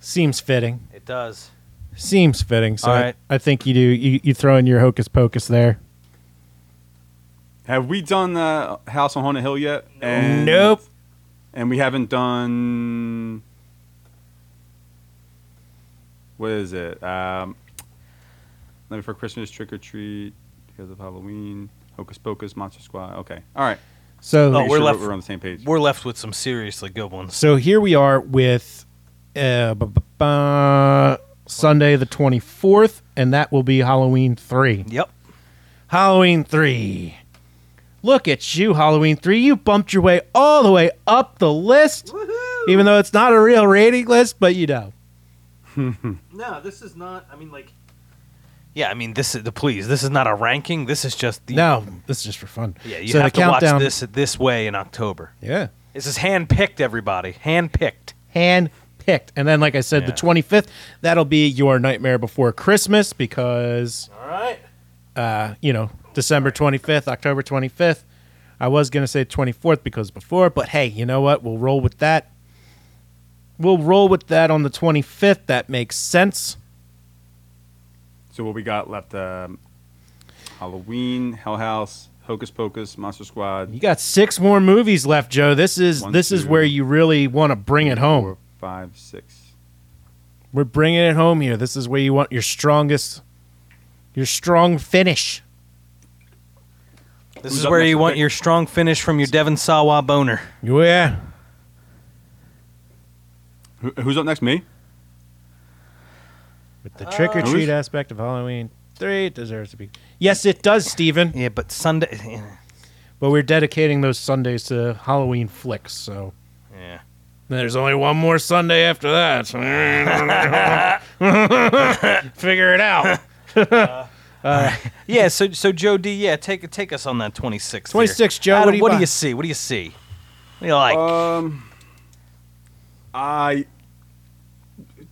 Speaker 2: seems fitting.
Speaker 1: it does.
Speaker 2: Seems fitting. So
Speaker 1: All
Speaker 2: I-
Speaker 1: right.
Speaker 2: I, think you do. You, you throw in your hocus pocus there.
Speaker 3: Have we done the House on Haunted Hill yet?
Speaker 2: Nope.
Speaker 3: And we haven't done. What is it? Um, Nightmare Before Christmas, Trick or Treat, because of Halloween, Hocus Pocus, Monster Squad. Okay, all right.
Speaker 2: So
Speaker 1: Oh,
Speaker 3: Make
Speaker 1: we're
Speaker 3: sure
Speaker 1: left-
Speaker 3: We're on the same page.
Speaker 1: We're left with some seriously good ones.
Speaker 2: So here we are with uh, bu- bu- bu- Sunday the 24th, and that will be Halloween 3.
Speaker 1: Yep.
Speaker 2: Halloween 3. Look at you, Halloween 3. You bumped your way all the way up the list, even though it's not a real rating list, but you know.
Speaker 1: No, this is not. I mean, like. Yeah, I mean, this is the please. This is not a ranking. This is just the.
Speaker 2: No, this is just for fun.
Speaker 1: Yeah, you
Speaker 2: So the
Speaker 1: have to
Speaker 2: countdown-
Speaker 1: watch this this way in October.
Speaker 2: Yeah.
Speaker 1: This is hand picked, everybody. Hand picked.
Speaker 2: hand picked. And then, like I said, the
Speaker 1: Yeah.
Speaker 2: 25th, that'll be your Nightmare Before Christmas because,
Speaker 1: All right.
Speaker 2: uh, you know, December 25th, October 25th. I was going to say 24th because before, but hey, you know what? We'll roll with that. We'll roll with that on the 25th. That makes sense.
Speaker 3: So what we got left? Um, Halloween, Hell House, Hocus Pocus, Monster Squad.
Speaker 2: You got six more movies left, Joe. This is
Speaker 3: One,
Speaker 2: this is
Speaker 3: two,
Speaker 2: where you really want to bring it home.
Speaker 3: Five, six.
Speaker 2: We're bringing it home here. This is where you want your strongest, your strong finish.
Speaker 1: This
Speaker 3: Who's
Speaker 1: is
Speaker 3: up
Speaker 1: where
Speaker 3: next
Speaker 1: you
Speaker 3: to
Speaker 1: want
Speaker 3: pick?
Speaker 1: your strong finish from your Devon Sawa boner.
Speaker 2: Oh, Yeah,
Speaker 3: Who, who's up next? Me.
Speaker 2: But the trick or treat
Speaker 3: Uh, Who's-
Speaker 2: aspect of Halloween three deserves to be. Yes, it does, Stephen.
Speaker 1: Yeah, but Sunday. Yeah.
Speaker 2: But we're dedicating those Sundays to Halloween flicks, so
Speaker 1: yeah.
Speaker 2: there's only one more Sunday after that. Figure it out.
Speaker 1: Yeah, so so Joe D, yeah, take take us on that 26.
Speaker 2: 26, Joe, what do you
Speaker 1: what do
Speaker 2: buy?
Speaker 1: you see? What do you see? What do you like?
Speaker 3: Um, I.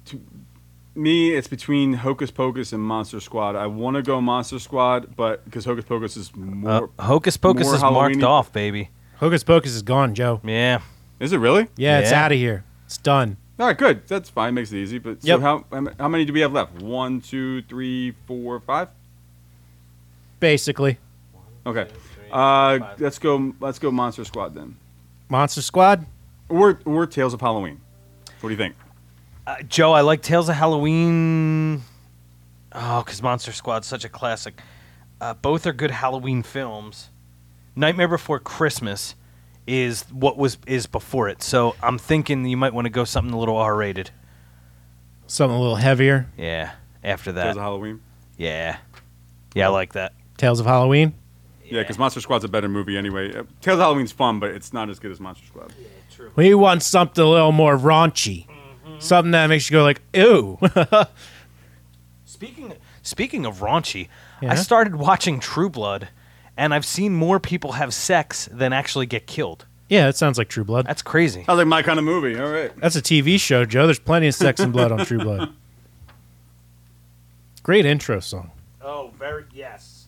Speaker 3: To me, it's between Hocus Pocus and Monster Squad. I want to go Monster Squad, but because Hocus Pocus is
Speaker 1: Uh,
Speaker 3: more.
Speaker 1: Hocus Pocus
Speaker 3: more
Speaker 1: is marked
Speaker 3: Halloween-y.
Speaker 1: off, baby.
Speaker 2: Hocus Pocus is gone, Joe.
Speaker 1: Yeah.
Speaker 3: Is it really?
Speaker 2: Yeah, it's
Speaker 1: Yeah.
Speaker 2: out of here. It's done.
Speaker 3: All right, good. That's fine. Makes it easy. But
Speaker 2: Yep.
Speaker 3: so how how ma- how many do we have left? One, two, three, four, five.
Speaker 2: Basically,
Speaker 3: Okay. Uh, let's go. Let's go Monster Squad then,
Speaker 2: Monster Squad.
Speaker 3: or or Tales of Halloween. What do you think?
Speaker 1: Uh, Joe, I like Tales of Halloween. Oh, because Monster Squad's such a classic. Uh, both are good Halloween films. Nightmare Before Christmas is what was is before it, so I'm thinking you might want to go something a little R-rated.
Speaker 2: Something a little heavier.
Speaker 1: Yeah, after
Speaker 3: Tales
Speaker 1: that.
Speaker 3: of Halloween.
Speaker 1: Yeah, yeah, I like that.
Speaker 2: Tales of Halloween.
Speaker 3: Yeah, because Monster Squad's a better movie anyway. Uh, Tales of Halloween's fun, but it's not as good as Monster Squad.
Speaker 2: We want something a little more raunchy. Something that makes you go like, ooh.
Speaker 1: Speaking speaking of raunchy,
Speaker 2: Yeah?
Speaker 1: I started watching True Blood, and I've seen more people have sex than actually get killed.
Speaker 2: yeah, that sounds like True Blood.
Speaker 1: That's crazy.
Speaker 3: Sounds like my kind of movie. All right.
Speaker 2: That's a TV show, Joe. There's plenty of sex and blood on True Blood. Great intro song.
Speaker 1: Oh, very yes,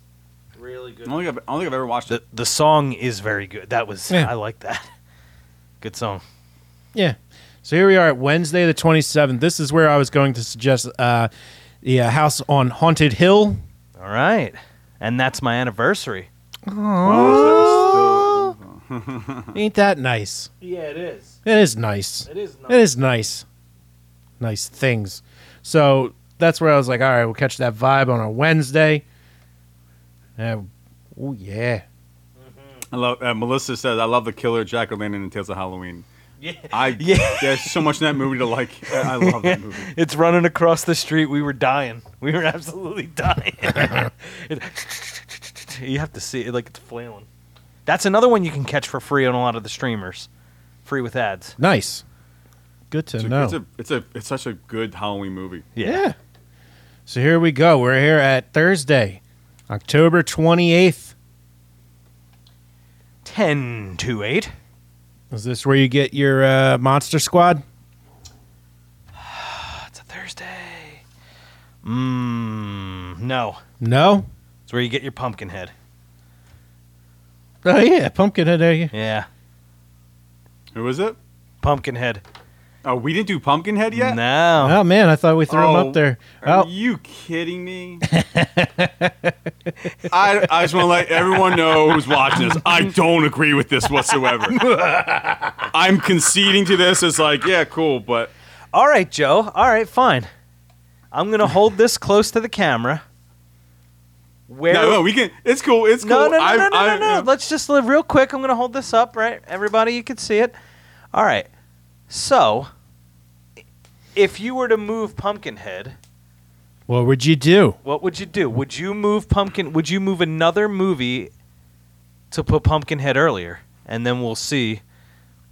Speaker 1: really good.
Speaker 3: I don't, think I've, I don't think I've ever watched
Speaker 1: The
Speaker 3: it.
Speaker 1: the song is very good. That was
Speaker 2: Yeah.
Speaker 1: I like that. Good song.
Speaker 2: Yeah. So here we are at Wednesday the 27th. This is where I was going to suggest uh, the uh, house on Haunted Hill.
Speaker 1: All right, and that's my anniversary.
Speaker 3: Oh, so that was still-
Speaker 2: Ain't that nice?
Speaker 1: Yeah, it is.
Speaker 2: It is nice.
Speaker 1: is.
Speaker 2: It is nice. Nice things. So that's where I was like, all right, we'll catch that vibe on a Wednesday. Uh, oh, yeah.
Speaker 3: I love. Uh, Melissa says I love the killer Jack O'Lantern and Tales of Halloween.
Speaker 1: Yeah.
Speaker 3: I
Speaker 1: Yeah.
Speaker 3: There's so much in that movie to like. I I love that movie.
Speaker 1: It's running across the street. We were dying. We were absolutely dying. It- you have to see it like it's flailing. That's another one you can catch for free on a lot of the streamers, free with ads.
Speaker 2: Nice. Good to
Speaker 3: It's a,
Speaker 2: know.
Speaker 3: it's a it's a it's such a good Halloween movie.
Speaker 2: Yeah. So here we go. We're here at Thursday, October 28th.
Speaker 1: ten to eight.
Speaker 2: Is this where you get your uh, Monster Squad?
Speaker 1: Oh, It's a Thursday. Mmm. No,
Speaker 2: No.
Speaker 1: it's where you get your pumpkin head.
Speaker 2: Oh yeah, Pumpkinhead. eh?
Speaker 1: Yeah,
Speaker 3: Who was it?
Speaker 1: Pumpkinhead.
Speaker 3: Oh, we didn't do Pumpkinhead yet.
Speaker 1: No,
Speaker 2: Oh man, I thought we threw him
Speaker 3: Oh.
Speaker 2: up there.
Speaker 3: Are
Speaker 2: Oh,
Speaker 3: you kidding me? I, I just want to let everyone know who's watching this. I don't agree with this whatsoever. I'm conceding to this. It's like, yeah, cool, but
Speaker 1: All right, Joe. All right, fine. I'm gonna hold this close to the camera. Where?
Speaker 3: no, no, we can. It's cool. It's cool.
Speaker 1: no, no, no,
Speaker 3: I-
Speaker 1: no, no,
Speaker 3: I-
Speaker 1: no, no. Let's just live real quick. I'm gonna hold this up, right? Everybody, you can see it. All right. So, if you were to move Pumpkinhead,
Speaker 2: what would you do?
Speaker 1: what would you do? Would you move Pumpkin? Would you move another movie to put Pumpkinhead earlier, and then we'll see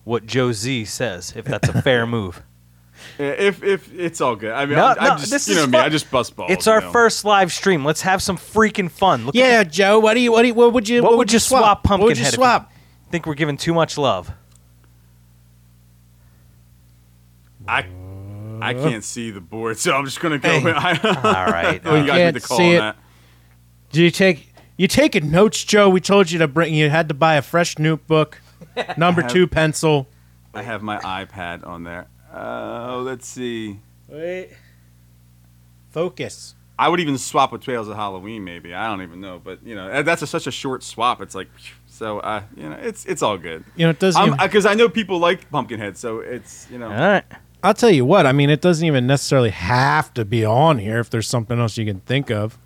Speaker 1: what Joe Z says if that's a fair move.
Speaker 3: If if it's all good. I mean,
Speaker 1: No,
Speaker 3: I'm, I'm
Speaker 1: no,
Speaker 3: just,
Speaker 1: this
Speaker 3: you know
Speaker 1: is
Speaker 3: me. I
Speaker 1: fun.
Speaker 3: just bust balls.
Speaker 1: It's our
Speaker 3: you know?
Speaker 1: first live stream. Let's have some freaking fun. Look at
Speaker 2: Yeah, Joe. What do you? What do you? What would you?
Speaker 1: What would you swap
Speaker 2: What would you
Speaker 1: Pumpkinhead if
Speaker 2: swap?
Speaker 1: think we're giving too much love.
Speaker 3: I I can't see the board, so I'm just gonna go.
Speaker 2: Hey.
Speaker 1: Uh-huh. All
Speaker 3: I,
Speaker 1: right.
Speaker 3: you guys
Speaker 2: can't
Speaker 3: made the call
Speaker 2: see
Speaker 3: on
Speaker 2: it.
Speaker 3: that.
Speaker 2: Do you take? You taking notes, Joe? We told you to bring. You had to buy a fresh notebook, number
Speaker 3: have-
Speaker 2: two pencil.
Speaker 3: I have my iPad on there. Uh, let's see.
Speaker 2: Wait. Focus.
Speaker 3: I would even swap with Trails of Halloween, maybe. I don't even know, but you know, that's a, such a short swap. It's like, phew, so uh, you know, it's it's all good.
Speaker 2: You know, it doesn't. even-
Speaker 3: Because I know people like Pumpkinhead, so it's you know,
Speaker 1: All right.
Speaker 2: I'll tell you what. I mean, it doesn't even necessarily have to be on here if there's something else you can think of.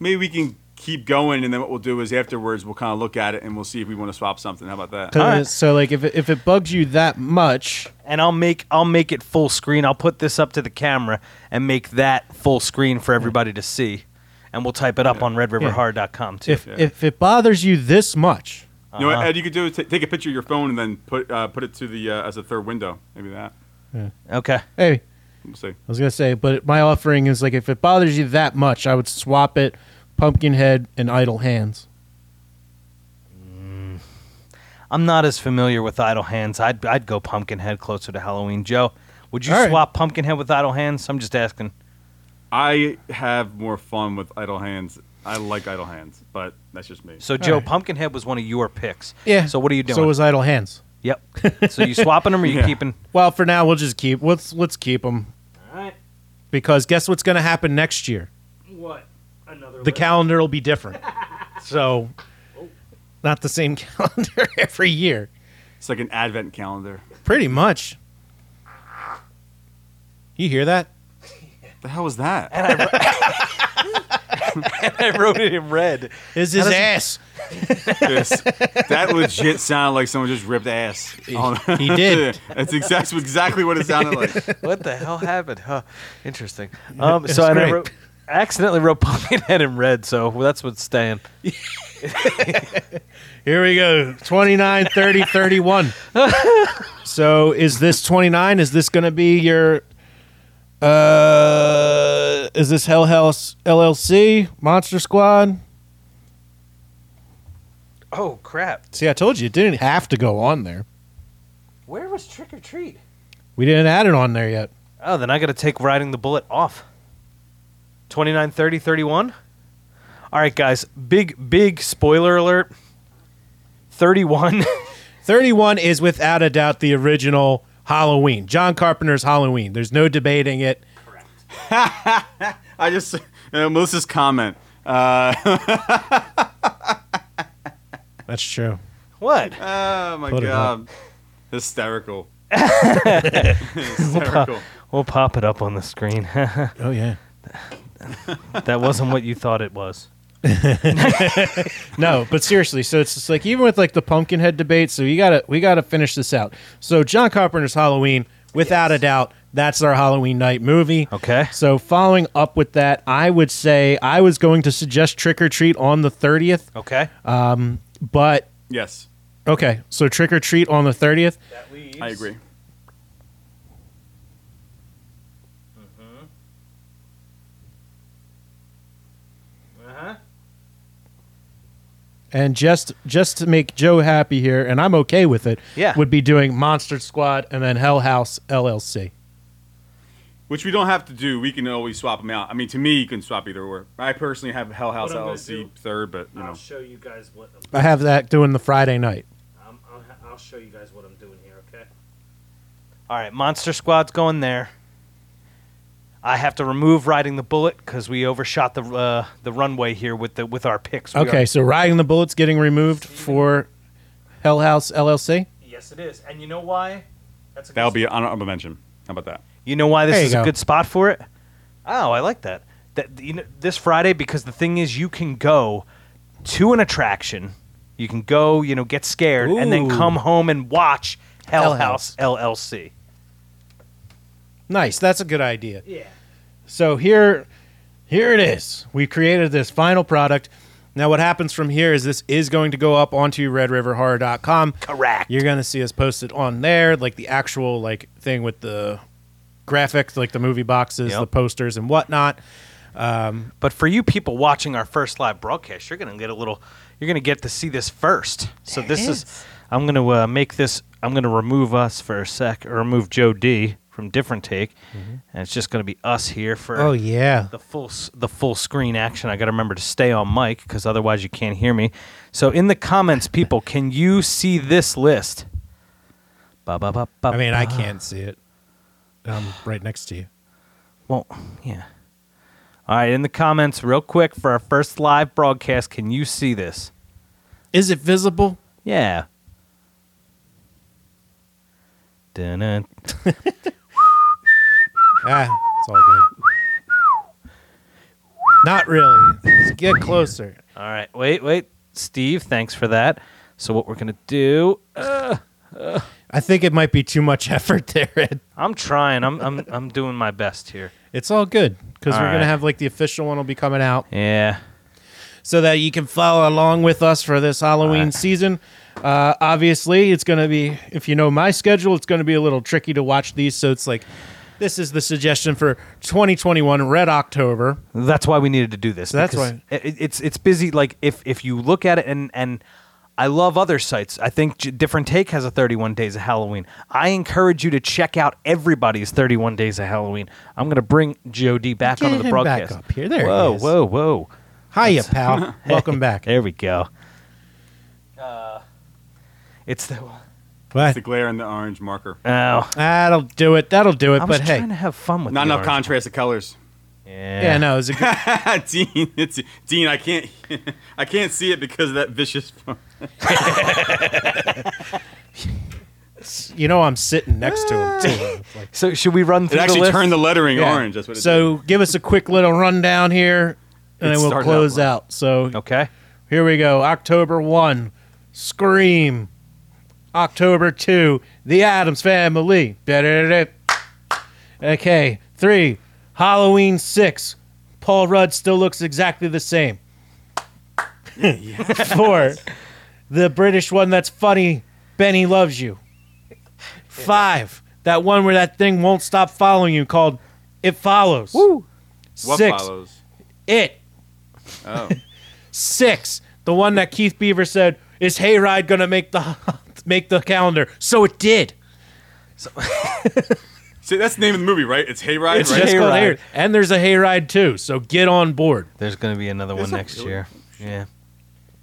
Speaker 3: maybe we can keep going, and then what we'll do is afterwards we'll kind of look at it and we'll see if we want to swap something. How about that?
Speaker 2: 'Cause-
Speaker 1: Alright.
Speaker 2: So, like, if it, if it bugs you that much,
Speaker 1: And I'll make I'll make it full screen. I'll put this up to the camera and make that full screen for everybody to see. And we'll type it up on redriverhard.com too.
Speaker 2: if if it bothers you this much,
Speaker 3: You know
Speaker 2: Uh-huh.
Speaker 3: what Ed, you could do is ta- take a picture of your phone and then put uh, put it to the uh, as a third window. Maybe that.
Speaker 1: okay.
Speaker 2: hey,
Speaker 3: We'll see.
Speaker 2: I was gonna say, but my offering is like if it bothers you that much, I would swap it, Pumpkinhead and Idle Hands.
Speaker 1: I'm not as familiar with Idle Hands. I'd I'd go Pumpkinhead closer to Halloween. Joe, would you
Speaker 2: All right.
Speaker 1: swap Pumpkinhead with Idle Hands? I'm just asking.
Speaker 3: I have more fun with idle hands. I like idle hands, but that's just me.
Speaker 1: So Joe,
Speaker 2: right.
Speaker 1: Pumpkinhead was one of your picks.
Speaker 2: Yeah.
Speaker 1: So what are you doing?
Speaker 2: So was Idle Hands.
Speaker 1: yep. so you swapping them or you
Speaker 3: Yeah.
Speaker 1: keeping?
Speaker 2: Well, for now, we'll just keep let's let's keep them
Speaker 1: All right.
Speaker 2: because guess what's gonna happen next year?
Speaker 1: What? Another.
Speaker 2: The calendar will be different. so, not the same calendar every year.
Speaker 3: It's like an advent calendar.
Speaker 2: Pretty much. You hear that?
Speaker 3: The hell was that?
Speaker 1: I wrote it in red.
Speaker 2: Is his ass?
Speaker 3: this. That legit sounded like someone just ripped ass. on-
Speaker 2: He did.
Speaker 3: That's exactly exactly what it sounded like.
Speaker 1: what the hell happened? Huh. Interesting. Um, so and I
Speaker 2: great.
Speaker 1: wrote, accidentally wrote Pumpkinhead in red, so that's what's staying.
Speaker 2: Here we go. 29, 30, 31. so is this 29? Is this going to be your. Uh, is this Hell House LLC? Monster Squad?
Speaker 1: Oh crap!
Speaker 2: See, I told you it didn't have to go on there.
Speaker 1: Where was Trick or Treat?
Speaker 2: We didn't add it on there yet.
Speaker 1: Oh, then I got to take riding the bullet off. 29, 30, 31. All right, guys. Big, big spoiler alert. 31.
Speaker 2: 31 is without a doubt the original Halloween. John Carpenter's Halloween. There's no debating it.
Speaker 3: I just uh, Melissa's comment. Uh,
Speaker 2: That's true.
Speaker 1: what?
Speaker 3: oh my
Speaker 2: Put it
Speaker 3: god, hysterical. hysterical.
Speaker 1: We'll pop it up on the screen. that
Speaker 2: Oh, yeah.
Speaker 1: wasn't what you thought it was.
Speaker 2: no, but seriously, so it's just like even with like the Pumpkinhead debate, so you gotta we gotta finish this out. So John Carpenter's Halloween, without a doubt, that's our Halloween night movie.
Speaker 1: Okay.
Speaker 2: So following up with that, I would say I was going to suggest Trick or Treat on the thirtieth,
Speaker 1: Okay.
Speaker 2: but
Speaker 3: Yes,
Speaker 2: okay, so Trick or Treat on the thirtieth.
Speaker 3: I agree.
Speaker 2: And just just to make Joe happy here, and I'm okay with it.
Speaker 1: Yeah.
Speaker 2: would be doing Monster Squad and then Hell House LLC.
Speaker 3: which we don't have to do. We can always swap them out. I mean, to me, you can swap either or. I personally have Hell House
Speaker 1: What I'm gonna
Speaker 3: LLC
Speaker 1: do- Oh,
Speaker 3: third, but you know,
Speaker 1: show you guys what
Speaker 2: I have that doing the Friday night.
Speaker 1: I'm, I'll, I'll show you guys what I'm doing here, okay? All right, Monster Squad's going there. I have to remove riding the bullet because we overshot the uh, the runway here with the with our picks. We
Speaker 2: Okay,
Speaker 1: are-
Speaker 2: so riding the bullets getting removed for Hell House LLC.
Speaker 1: yes, it is, and you know why? That's a
Speaker 3: that'll be an honorable mention. How about that?
Speaker 1: You know why this
Speaker 2: There you
Speaker 1: is
Speaker 2: go.
Speaker 1: a good spot for it? Oh, I like that. That you know, this Friday because the thing is, you can go to an attraction, you can go, you know, get scared, and then
Speaker 2: Ooh.
Speaker 1: come home and watch
Speaker 2: Hell
Speaker 1: Hell
Speaker 2: House.
Speaker 1: House LLC.
Speaker 2: Nice, that's a good idea.
Speaker 1: Yeah.
Speaker 2: So here, here it is. We created this final product. Now, what happens from here is this is going to go up onto RedRiverHorror.com.
Speaker 1: Correct.
Speaker 2: You're going to see us post it on there, like the actual like thing with the graphics, like the movie boxes,
Speaker 1: Yep.
Speaker 2: the posters, and whatnot.
Speaker 1: But for you people watching our first live broadcast, you're gonna get a little. You're gonna get to see this first. So
Speaker 2: There it
Speaker 1: this is.
Speaker 2: is.
Speaker 1: I'm gonna uh, make this. I'm gonna remove us for a sec, or remove Joe D from different take, and it's just gonna be us here for.
Speaker 2: Mm-hmm. Oh yeah,
Speaker 1: the full s- the full screen action. I got to remember to stay on mic because otherwise you can't hear me. So in the comments, people, can you see this list? Ba, ba, ba, ba,
Speaker 2: I mean, I
Speaker 1: ba.
Speaker 2: can't see it. I'm right next to you.
Speaker 1: Well, yeah. All right, in the comments, real quick for our first live broadcast, can you see this?
Speaker 2: Is it visible?
Speaker 1: Yeah. Dun-dun.
Speaker 2: Ah, it's all good. Not really. Just get closer.
Speaker 1: All right, wait, wait, Steve, thanks for that. So what we're gonna do?
Speaker 2: I think it might be too much effort there. Ed.
Speaker 1: I'm trying. I'm I'm I'm doing my best here.
Speaker 2: It's all good because
Speaker 1: All
Speaker 2: we're gonna
Speaker 1: right.
Speaker 2: have like the official one will be coming out
Speaker 1: Yeah.
Speaker 2: so that you can follow along with us for this Halloween
Speaker 1: right.
Speaker 2: season. Uh, obviously, it's gonna be if you know my schedule, it's gonna be a little tricky to watch these. So it's like this is the suggestion for 2021 Red October.
Speaker 1: That's why we needed to do this.
Speaker 2: That's
Speaker 1: because
Speaker 2: why-
Speaker 1: it- it- it's it's busy. Like if if you look at it and and I love other sites. I think J- Different Take has a 31 Days of Halloween. I encourage you to check out everybody's 31 Days of Halloween. I'm going to bring G.O.D. back
Speaker 2: Get
Speaker 1: onto the
Speaker 2: him back
Speaker 1: broadcast.
Speaker 2: up here. There he
Speaker 1: whoa,
Speaker 2: is.
Speaker 1: whoa, whoa.
Speaker 2: Hiya, pal. Welcome back.
Speaker 1: There we go. Uh, it's the.
Speaker 3: It's
Speaker 2: But
Speaker 3: the glare and the orange marker.
Speaker 1: Oh.
Speaker 2: that'll do it. That'll do it.
Speaker 1: I was
Speaker 2: but hey,
Speaker 1: trying to have fun with
Speaker 3: Not
Speaker 1: the
Speaker 3: enough
Speaker 1: orange.
Speaker 3: contrast of colors.
Speaker 1: Yeah.
Speaker 2: yeah, no, it's a good.
Speaker 3: Dean, it's, Dean, I can't, I can't see it because of that vicious. phone.
Speaker 2: you know I'm sitting next to him too. Like,
Speaker 1: So should we run
Speaker 3: It
Speaker 1: through the
Speaker 3: actually
Speaker 1: list?
Speaker 3: turned the lettering
Speaker 2: yeah.
Speaker 3: orange. That's what it did.
Speaker 2: so give us a quick little rundown here, and
Speaker 3: It
Speaker 2: then we'll
Speaker 3: started
Speaker 2: close
Speaker 3: out
Speaker 2: out. So
Speaker 1: okay.
Speaker 2: here we go. October one, Scream. October two, The Adams Family. Da-da-da-da. Okay, three, Halloween six. Paul Rudd still looks exactly the same. Four, the British one that's funny, Benny loves you. Five, that one where that thing won't stop following you called It Follows.
Speaker 1: Woo.
Speaker 3: What
Speaker 2: Six,
Speaker 3: follows?
Speaker 2: It.
Speaker 3: Oh,
Speaker 2: Six, the one that Keith Beaver said is Hayride gonna make the make the calendar. So it did.
Speaker 3: see, that's the name of the movie, right? It's Hayride,
Speaker 2: It's
Speaker 3: right?
Speaker 2: just called
Speaker 1: Hayride.
Speaker 2: Hayride, and there's a Hayride too. So get on board.
Speaker 1: There's going to be another one next
Speaker 3: really-
Speaker 1: year. Yeah.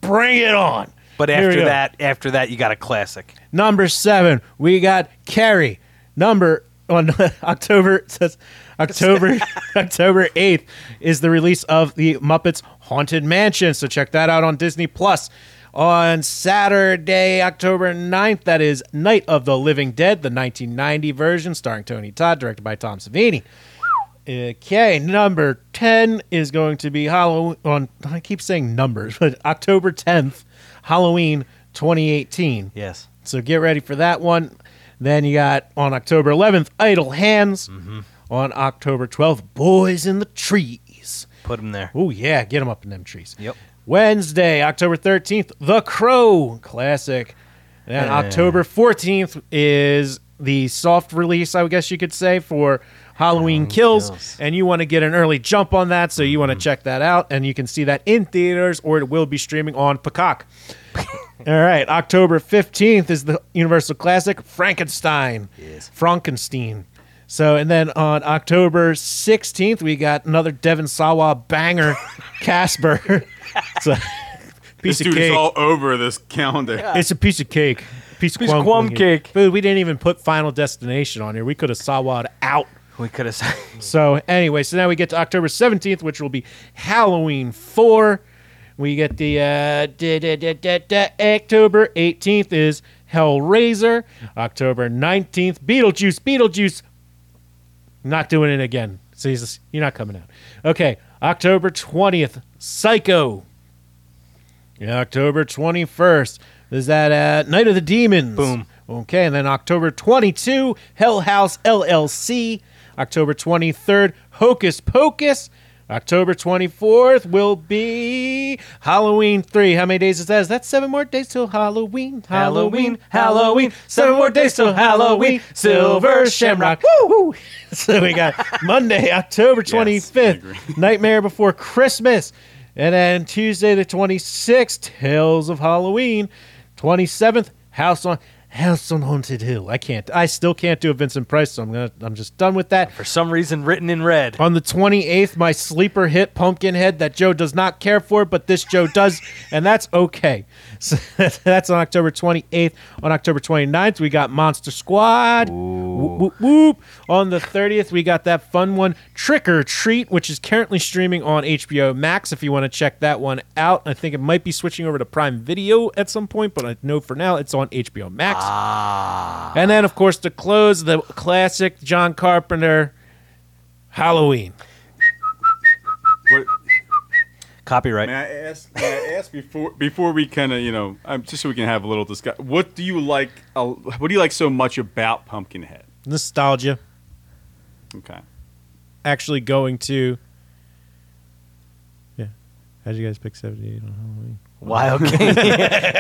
Speaker 2: Bring it on.
Speaker 1: But
Speaker 2: Here we
Speaker 1: after
Speaker 2: go.
Speaker 1: that, after that, you got a classic.
Speaker 2: Number seven, we got Carrie. Number on October it says October October eighth is the release of the Muppets Haunted Mansion. So check that out on Disney Plus. On Saturday, October 9th, that is Night of the Living Dead, the 1990 version, starring Tony Todd, directed by Tom Savini. Okay, number 10 is going to be Halloween on I keep saying numbers, but October 10th, Halloween 2018.
Speaker 1: Yes.
Speaker 2: So get ready for that one. Then you got on October 11th, Idle Hands.
Speaker 1: Mm-hmm.
Speaker 2: On October 12th, Boys in the Trees.
Speaker 1: Put him there.
Speaker 2: Oh, yeah, get them up in them trees.
Speaker 1: Yep.
Speaker 2: Wednesday, October 13th, The Crow Classic. Then
Speaker 1: Yeah.
Speaker 2: October 14th is the soft release, I guess you could say, for Halloween
Speaker 1: Oh,
Speaker 2: Kills.
Speaker 1: Kills.
Speaker 2: And you want to get an early jump on that, so you want to
Speaker 1: Mm-hmm.
Speaker 2: check that out. And you can see that in theaters or it will be streaming on Peacock. All right, October 15th is the Universal Classic Frankenstein.
Speaker 1: Yes.
Speaker 2: Frankenstein. So, and then on October 16th, we got another Devin Sawa banger, Casper. It's a piece
Speaker 3: This
Speaker 2: of
Speaker 3: dude
Speaker 2: cake.
Speaker 3: is all over this calendar.
Speaker 2: It's a piece of cake. Piece of
Speaker 1: Piece of
Speaker 2: quum,
Speaker 1: quum
Speaker 2: here.
Speaker 1: cake.
Speaker 2: Dude, we didn't even put Final Destination on here. We could have Sawa'd out.
Speaker 1: We could have.
Speaker 2: So anyway, so now we get to October 17th, which will be Halloween 4. We get the uh, da, da, da, da, da. October 18th is Hellraiser. October 19th, Beetlejuice, Beetlejuice. Not doing it again. Jesus, you're not coming out. Okay, October 20th, Psycho. Yeah, October 21st is that uh, Night of the Demons.
Speaker 1: Boom.
Speaker 2: Okay, and then October 22, Hell House LLC. October 23rd, Hocus Pocus. October 24th will be Halloween 3. How many days is that? Is that seven more days till Halloween?
Speaker 1: Halloween, Halloween, seven more days till Halloween, Silver Shamrock.
Speaker 2: Woo! So we got Monday, October 25th, Nightmare Before Christmas. And then Tuesday the 26th, Tales of Halloween. 27th, House on House on Haunted Hill. I can't. I still can't do a Vincent Price, so I'm gonna. I'm just done with that.
Speaker 1: For some reason, written in red.
Speaker 2: On the 28th, my sleeper hit Pumpkinhead that Joe does not care for, but this Joe does, and that's okay. So that's on October 28th. On October 29th, we got Monster Squad. Whoop, whoop, whoop. On the 30th, we got that fun one, Trick or Treat, which is currently streaming on HBO Max if you want to check that one out. I think it might be switching over to Prime Video at some point, but I know for now it's on HBO Max. And then, of course, to close, the classic John Carpenter Halloween.
Speaker 3: What,
Speaker 1: Copyright.
Speaker 3: may I ask? May I ask before before we kind of you know um, just so we can have a little discussion. What do you like? Uh, what do you like so much about Pumpkinhead?
Speaker 2: Nostalgia.
Speaker 3: Okay.
Speaker 2: Actually going to. Yeah. How'd you guys pick 78 on Halloween?
Speaker 1: Wild King.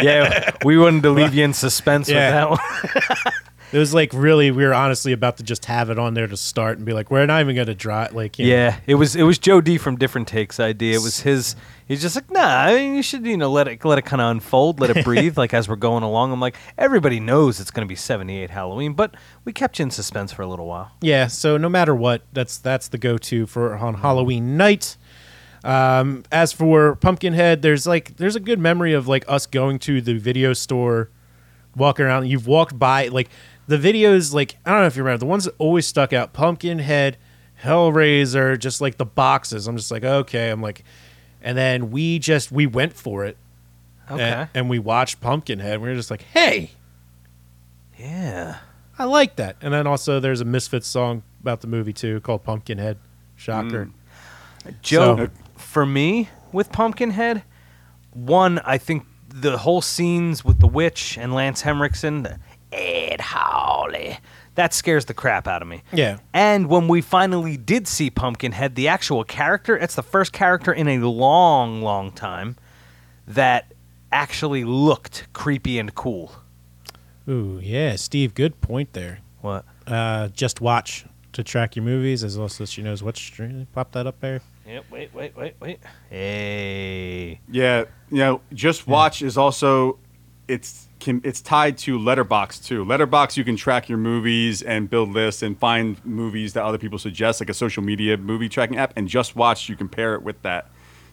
Speaker 1: yeah, we wanted to leave you in suspense
Speaker 2: Yeah.
Speaker 1: with that one.
Speaker 2: It was like really, we were honestly about to just have it on there to start and be like, we're not even going to draw it. Like, you know.
Speaker 1: Yeah, it was it was Joe D from Different Takes idea. It was his. He's just like, nah. I mean, you should you know let it let it kind of unfold, let it breathe. like as we're going along, I'm like, everybody knows it's going to be 78 Halloween, but we kept you in suspense for a little while.
Speaker 2: Yeah, so no matter what, that's that's the go-to for on Halloween night. Um, as for Pumpkinhead, there's like there's a good memory of like us going to the video store, walking around. You've walked by like the videos, like I don't know if you remember the ones that always stuck out: Pumpkinhead, Hellraiser, just like the boxes. I'm just like, okay, I'm like, and then we just we went for it,
Speaker 1: Okay.
Speaker 2: and, and we watched Pumpkinhead. We were just like, hey,
Speaker 1: yeah.
Speaker 2: I like that. And then also there's a Misfits song about the movie too called Pumpkinhead. Shocker.
Speaker 3: Mm.
Speaker 1: Joe,
Speaker 2: So-
Speaker 1: for me with Pumpkinhead, one I think the whole scenes with the witch and Lance Henriksen, the Ed Hawley, that scares the crap out of me.
Speaker 2: Yeah.
Speaker 1: And when we finally did see Pumpkinhead, the actual character, it's the first character in a long, long time that actually looked creepy and cool.
Speaker 2: Ooh, yeah, Steve, good point there.
Speaker 1: What?
Speaker 2: Uh, just watch to track your movies as well so she knows what stream. Pop that up there.
Speaker 1: Yep, wait, wait, wait, wait. Hey.
Speaker 3: Yeah, you know, just watch is also it's can it's tied to Letterbox too. Letterbox, you can track your movies and build lists and find movies that other people suggest, like a social media movie tracking app. And just watch, you can pair it with that.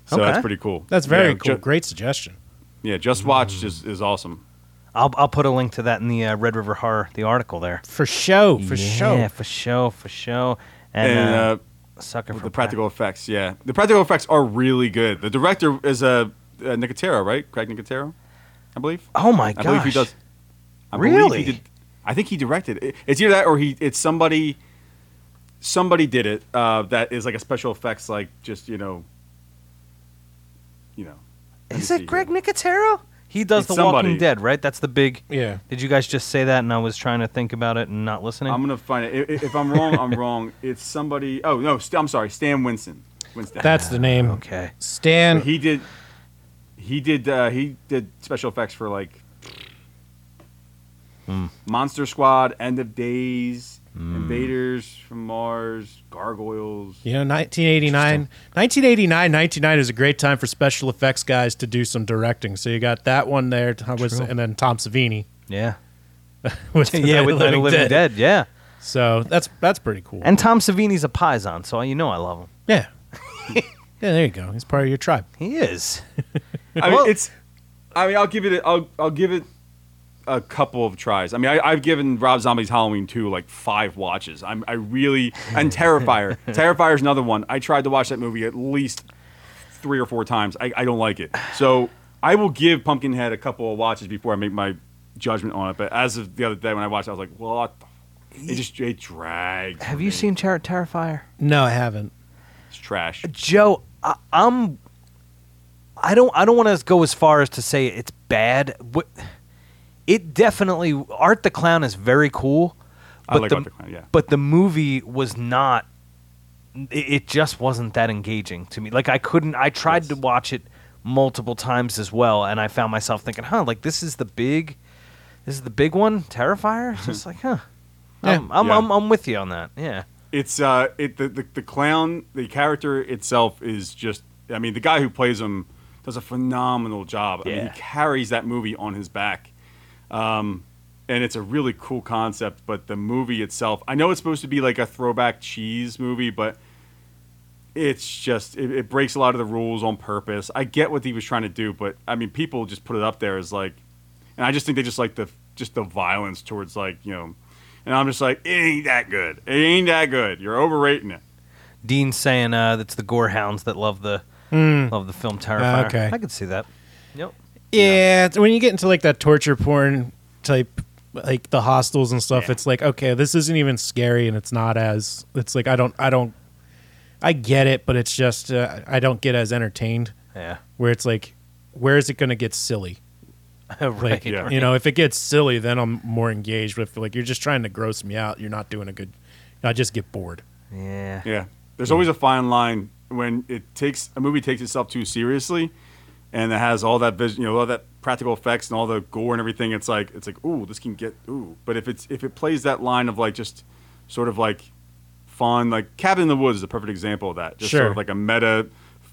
Speaker 3: So
Speaker 1: Okay.
Speaker 3: that's pretty cool.
Speaker 2: That's very
Speaker 3: Yeah,
Speaker 2: cool.
Speaker 3: Ju-
Speaker 2: Great suggestion.
Speaker 3: yeah, just watch is, is awesome.
Speaker 1: I'll, I'll put a link to that in the uh, Red River Horror, the article there.
Speaker 2: For show, for
Speaker 1: Yeah,
Speaker 2: show.
Speaker 1: for show, for show. And,
Speaker 3: And
Speaker 1: uh,
Speaker 3: uh,
Speaker 1: sucker for
Speaker 3: the practical effects, yeah, the practical effects are really good. The director is a uh, Nicotero, right? Craig Nicotero, I believe.
Speaker 1: Oh my
Speaker 3: I believe he
Speaker 1: gosh.
Speaker 3: does. I believe he
Speaker 1: Really?
Speaker 3: did- I think he directed. it. It's either that or he. It's somebody. Somebody did it. Uh, that is like a special effects, like just you know. You know. let me
Speaker 1: Is
Speaker 3: see
Speaker 1: it Greg Nicotero? He does
Speaker 3: It's
Speaker 1: The Walking
Speaker 3: somebody.
Speaker 1: Dead, right? That's the big.
Speaker 2: Yeah.
Speaker 1: Did you guys just say that and I was trying to think about it and not listening?
Speaker 3: Here. I'm gonna find it. I- i- If I'm wrong, I'm wrong. It's somebody. Oh no, st- I'm sorry. Stan Winston. Winston.
Speaker 2: That's the name.
Speaker 1: Ah, okay.
Speaker 2: Stan.
Speaker 3: he did. He did. Uh, he did special effects for like.
Speaker 1: Hmm.
Speaker 3: Monster Squad, End of Days, Invaders from Mars, Gargoyles.
Speaker 2: you know, 1989, 1989, 99 is a great time for special effects guys to do some directing. So you got that one there, Tom was, and then Tom Savini
Speaker 1: Yeah.
Speaker 2: with
Speaker 1: yeah, with the Living Dead. Yeah.
Speaker 2: So that's that's pretty cool.
Speaker 1: And Tom Savini's a Pison, so you know I love him.
Speaker 2: yeah, yeah, there you go. He's part of your tribe.
Speaker 1: He is.
Speaker 3: I mean,
Speaker 1: Well-
Speaker 3: it's. I mean, I'll give it. A, I'll I'll give it a couple of tries. I mean, I, I've given Rob Zombie's Halloween two like five watches. I'm. I really and Terrifier. Terrifier's another one. I tried to watch that movie at least three or four times. I, I don't like it. So I will give Pumpkinhead a couple of watches before I make my judgment on it. But as of the other day when I watched, it, I was like, what? the f-" It just it dragged.
Speaker 1: Have you seen Char- Terrifier?
Speaker 2: No, I haven't.
Speaker 3: It's trash.
Speaker 1: Joe, I, I'm. I don't. I don't want to go as far as to say it's bad. What- It definitely Art the Clown is very cool.
Speaker 3: I like Art the Clown, yeah.
Speaker 1: But the movie was not. It, it just wasn't that engaging to me. Like I couldn't. I tried to watch it multiple times as well, and I found myself thinking, "Huh, like this is the big, this is the big one, Terrifier." It's just like, huh. I'm, I'm,
Speaker 3: Yeah.
Speaker 1: I'm, I'm with you on that. Yeah.
Speaker 3: it's uh it the, the the clown the character itself is just I mean the guy who plays him does a phenomenal job. I mean
Speaker 1: Yeah.
Speaker 3: he carries that movie on his back. Um and it's a really cool concept, but the movie itself, I know it's supposed to be like a throwback cheese movie, but it's just it, it breaks a lot of the rules on purpose. I get what he was trying to do, but I mean people just put it up there as like and I just think they just like the just the violence towards like, you know, and I'm just like, it ain't that good. It ain't that good. You're overrating it.
Speaker 1: Dean saying uh, that's the gore hounds that love the
Speaker 3: Mm.
Speaker 1: love the film Terrifier.
Speaker 2: Ah, okay.
Speaker 1: I could see that. Yep.
Speaker 2: Yeah, it's- when you get into like that torture porn type, like the hostels and stuff,
Speaker 1: Yeah.
Speaker 2: it's like okay, this isn't even scary, and it's not as. It's like I don't, I don't, I get it, but it's just uh, I don't get as entertained.
Speaker 1: Yeah.
Speaker 2: Where it's like, where is it going to get silly?
Speaker 1: right.
Speaker 2: Like,
Speaker 3: Yeah.
Speaker 2: you know, if it gets silly, then I'm more engaged with like you're just trying to gross me out. You're not doing a good. I just get bored.
Speaker 1: Yeah.
Speaker 3: Yeah. There's always a fine line when it takes a movie takes itself too seriously and it has all that vision, you know, all that practical effects and all the gore and everything. It's like it's like, ooh, this can get ooh. But if it's if it plays that line of like just sort of like fun, like Cabin in the Woods is a perfect example of that. Just sort
Speaker 2: Sure.
Speaker 3: of like a meta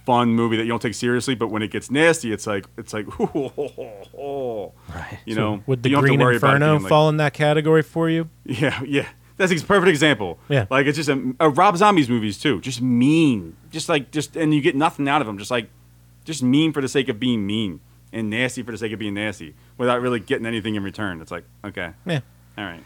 Speaker 3: fun movie that you don't take seriously, but when it gets nasty, it's like it's like ooh, ho, ho, ho, ho.
Speaker 1: Right.
Speaker 3: you know,
Speaker 2: Would the
Speaker 3: you don't have to
Speaker 2: Green
Speaker 3: worry about it
Speaker 2: Inferno
Speaker 3: being, like-
Speaker 2: fall in that category for you?
Speaker 3: Yeah, yeah. That's a perfect example.
Speaker 2: Yeah.
Speaker 3: Like it's just a, uh Rob Zombie's movies too. Just mean. Just like just and you get nothing out of them. Just like just mean for the sake of being mean and nasty for the sake of being nasty without really getting anything in return. It's like okay,
Speaker 2: Yeah.
Speaker 3: all right.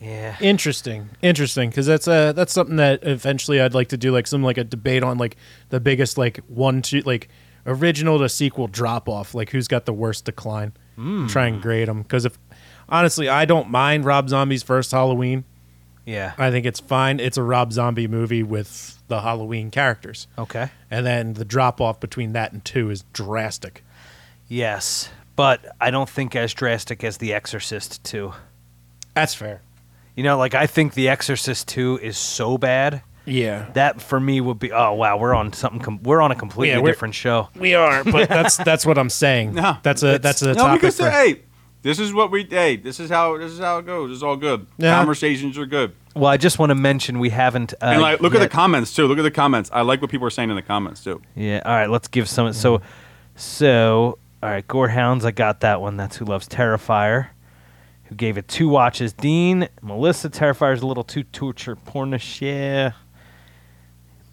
Speaker 1: Yeah.
Speaker 2: Interesting, interesting, because that's uh that's something that eventually I'd like to do like some like a debate on like the biggest like one two like original to sequel drop off like who's got the worst decline.
Speaker 3: Hmm.
Speaker 2: Try and grade them because if honestly I don't mind Rob Zombie's first Halloween.
Speaker 1: Yeah.
Speaker 2: I think it's fine. It's a Rob Zombie movie with the Halloween characters,
Speaker 1: Okay.
Speaker 2: and then the drop off between that and two is drastic.
Speaker 1: Yes, but I don't think as drastic as The Exorcist two.
Speaker 2: That's fair.
Speaker 1: You know, like I think The Exorcist two is so bad
Speaker 2: Yeah,
Speaker 1: that for me would be oh wow we're on something com- we're on a completely
Speaker 2: Yeah, we're-
Speaker 1: different show.
Speaker 2: we are, but that's that's what I'm saying.
Speaker 3: No,
Speaker 2: that's a that's a
Speaker 3: no,
Speaker 2: topic
Speaker 3: because
Speaker 2: for-
Speaker 3: hey, this is what we hey, this is how this is how it goes. It's all good.
Speaker 2: Yeah.
Speaker 3: Conversations are good.
Speaker 1: Well, I just want to mention we haven't. Uh,
Speaker 3: And like, look at
Speaker 1: yet-
Speaker 3: the comments too. Look at the comments. I like what people are saying in the comments too.
Speaker 1: Yeah. All right. Let's give some. So, so all right. Gorehounds. I got that one. That's who loves Terrifier. Who gave it two watches? Dean, Melissa. Terrifier's a little too torture pornish. Yeah.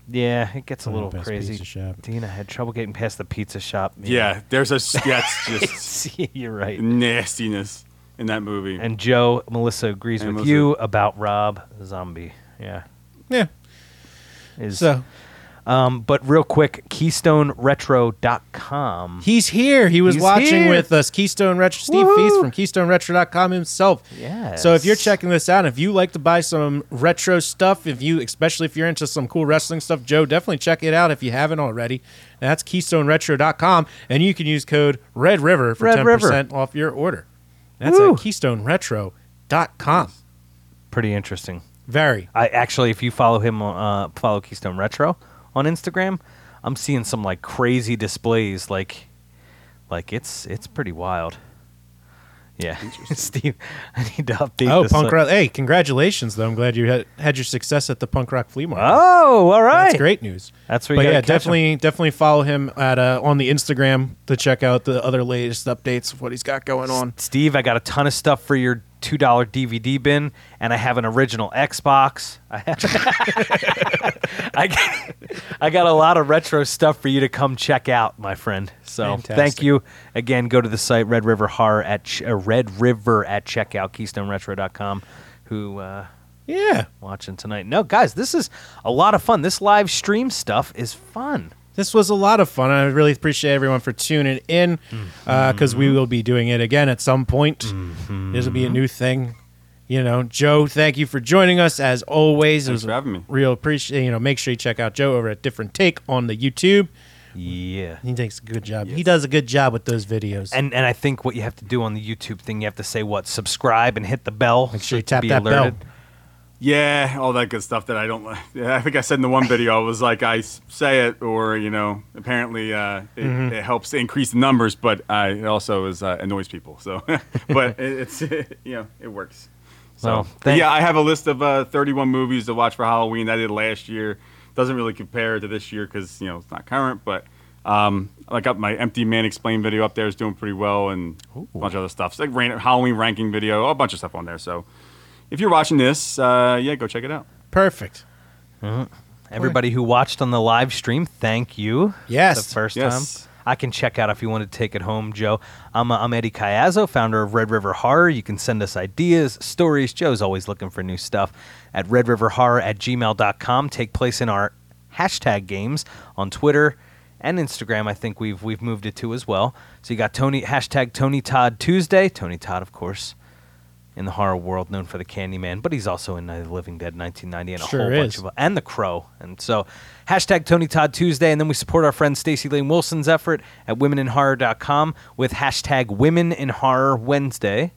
Speaker 1: Yeah, it gets a
Speaker 2: Oh,
Speaker 1: little
Speaker 2: past
Speaker 1: crazy.
Speaker 2: pizza shop.
Speaker 1: Dean, I had trouble getting past the pizza shop.
Speaker 3: Yeah, there's a s- that's just
Speaker 1: It's- you're right.
Speaker 3: nastiness in that movie.
Speaker 1: And Joe, Melissa agrees
Speaker 3: And
Speaker 1: with
Speaker 3: Melissa.
Speaker 1: you about Rob Zombie. Yeah.
Speaker 2: Yeah.
Speaker 1: Is
Speaker 2: So
Speaker 1: um, but real quick, KeystoneRetro.com.
Speaker 2: he's here. He was
Speaker 1: He's
Speaker 2: watching
Speaker 1: here.
Speaker 2: with us, Keystone Retro, Steve
Speaker 1: Woohoo.
Speaker 2: Feast from KeystoneRetro.com himself.
Speaker 1: Yes.
Speaker 2: So if you're checking this out, if you like to buy some retro stuff, if you, especially if you're into some cool wrestling stuff, Joe, definitely check it out if you haven't already. That's KeystoneRetro.com, and you can use code Red River for
Speaker 1: Red
Speaker 2: 10%
Speaker 1: River.
Speaker 2: off your order. That's
Speaker 1: Woo.
Speaker 2: at KeystoneRetro.com.
Speaker 1: Pretty interesting.
Speaker 2: Very.
Speaker 1: I actually, if you follow him, on, uh, follow Keystone Retro on Instagram. I'm seeing some like crazy displays, like, like it's it's pretty wild. Yeah, Steve, I need to update.
Speaker 2: Oh,
Speaker 1: this
Speaker 2: punk
Speaker 1: up.
Speaker 2: rock! Hey, congratulations though! I'm glad you had, had your success at the punk rock flea market.
Speaker 1: Oh, all right.
Speaker 2: That's great news.
Speaker 1: That's where you
Speaker 2: But
Speaker 1: gotta
Speaker 2: yeah,
Speaker 1: catch 'em.
Speaker 2: definitely, definitely follow him at uh, on the Instagram to check out the other latest updates of what he's got going on.
Speaker 1: Steve, I got a ton of stuff for your two dollar DVD bin, and I have an original Xbox. I, have- I got, I got a lot of retro stuff for you to come check out, my friend. So thank
Speaker 2: Fantastic.
Speaker 1: you again. Go to the site Red River Horror at ch- uh, Red River at checkout KeystoneRetro.com. Who uh,
Speaker 2: Yeah.
Speaker 1: watching tonight? No, guys, this is a lot of fun. This live stream stuff is fun.
Speaker 2: This was a lot of fun. I really appreciate everyone for tuning in because
Speaker 1: Mm-hmm.
Speaker 2: we will be doing it again at some point. This will be a new thing. You know, Joe, thank you for joining us as always.
Speaker 3: Thanks for having me.
Speaker 2: Real appreciate. You know, make sure you check out Joe over at Different Take on the YouTube.
Speaker 1: Yeah.
Speaker 2: He takes a good job. He does a good job with those videos.
Speaker 1: And and I think what you have to do on the YouTube thing, you have to say what subscribe and hit the bell.
Speaker 2: make sure
Speaker 1: so
Speaker 2: you
Speaker 1: to
Speaker 2: tap
Speaker 1: be
Speaker 2: that
Speaker 1: alerted.
Speaker 2: bell.
Speaker 3: Yeah, all that good stuff that I don't. Yeah, I think I said in the one video, I was like, I s- say it, or you know, apparently uh, it,
Speaker 1: Mm-hmm.
Speaker 3: it helps increase the numbers, but I, it also is uh, annoys people. So, but it, it's you know, it works. So
Speaker 1: Well,
Speaker 3: but
Speaker 1: thank-
Speaker 3: yeah, I have a list of uh, 31 movies to watch for Halloween that I did last year. Doesn't really compare to this year because you know it's not current, but. Um, like up my Empty Man Explain video up there is doing pretty well, and a bunch of other stuff. It's like ran- Halloween ranking video, a bunch of stuff on there. So if you're watching this, uh, yeah, go check it out.
Speaker 2: Perfect.
Speaker 1: Everybody who watched on the live stream, thank you.
Speaker 2: Yes.
Speaker 1: The first
Speaker 3: Yes.
Speaker 1: time. I can check out if you want to take it home, Joe. I'm, uh, I'm Eddie Cayazzo, founder of Red River Horror. You can send us ideas, stories. Joe's always looking for new stuff at redriverhorror at gmail.com. Take place in our hashtag games on Twitter and Instagram. I think we've we've moved it to as well. So you got Tony hashtag Tony Todd Tuesday. Tony Todd, of course, in the horror world, known for the Candyman, but he's also in Night of the Living Dead 1990 and a
Speaker 2: Sure
Speaker 1: whole bunch
Speaker 2: is.
Speaker 1: of and the Crow. And so hashtag Tony Todd Tuesday, and then we support our friend Stacey Lane Wilson's effort at womeninhorror.com with hashtag Women in Horror Wednesday.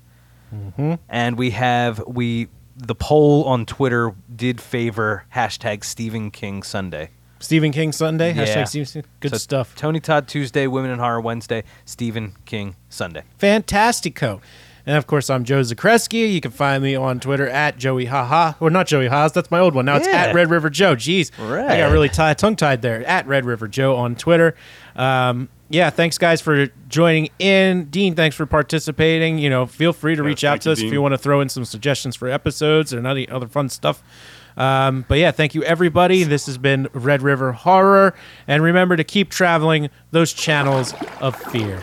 Speaker 2: Mm-hmm.
Speaker 1: And we have we the poll on Twitter did favor hashtag Stephen King Sunday.
Speaker 2: Stephen King Sunday.
Speaker 1: Yeah.
Speaker 2: Hashtag Stephen King. Good
Speaker 1: So
Speaker 2: stuff.
Speaker 1: Tony Todd Tuesday, Women in Horror Wednesday, Stephen King Sunday.
Speaker 2: Fantastico. And of course, I'm Joe Zakreski. You can find me on Twitter at Joey Haha. Or not Joey Haas, that's my old one. Now it's
Speaker 1: Yeah.
Speaker 2: at Red River Joe. Jeez. I got
Speaker 1: Red.
Speaker 2: really tie tongue tied there. At Red River Joe on Twitter. Um, yeah, thanks guys for joining in. Dean, thanks for participating. You know, feel free to reach out
Speaker 3: thank
Speaker 2: to
Speaker 3: you,
Speaker 2: us if
Speaker 3: Dean.
Speaker 2: you want to throw in some suggestions for episodes and any other fun stuff. Um, but yeah, thank you everybody. This has been Red River Horror. And remember to keep traveling those channels of fear.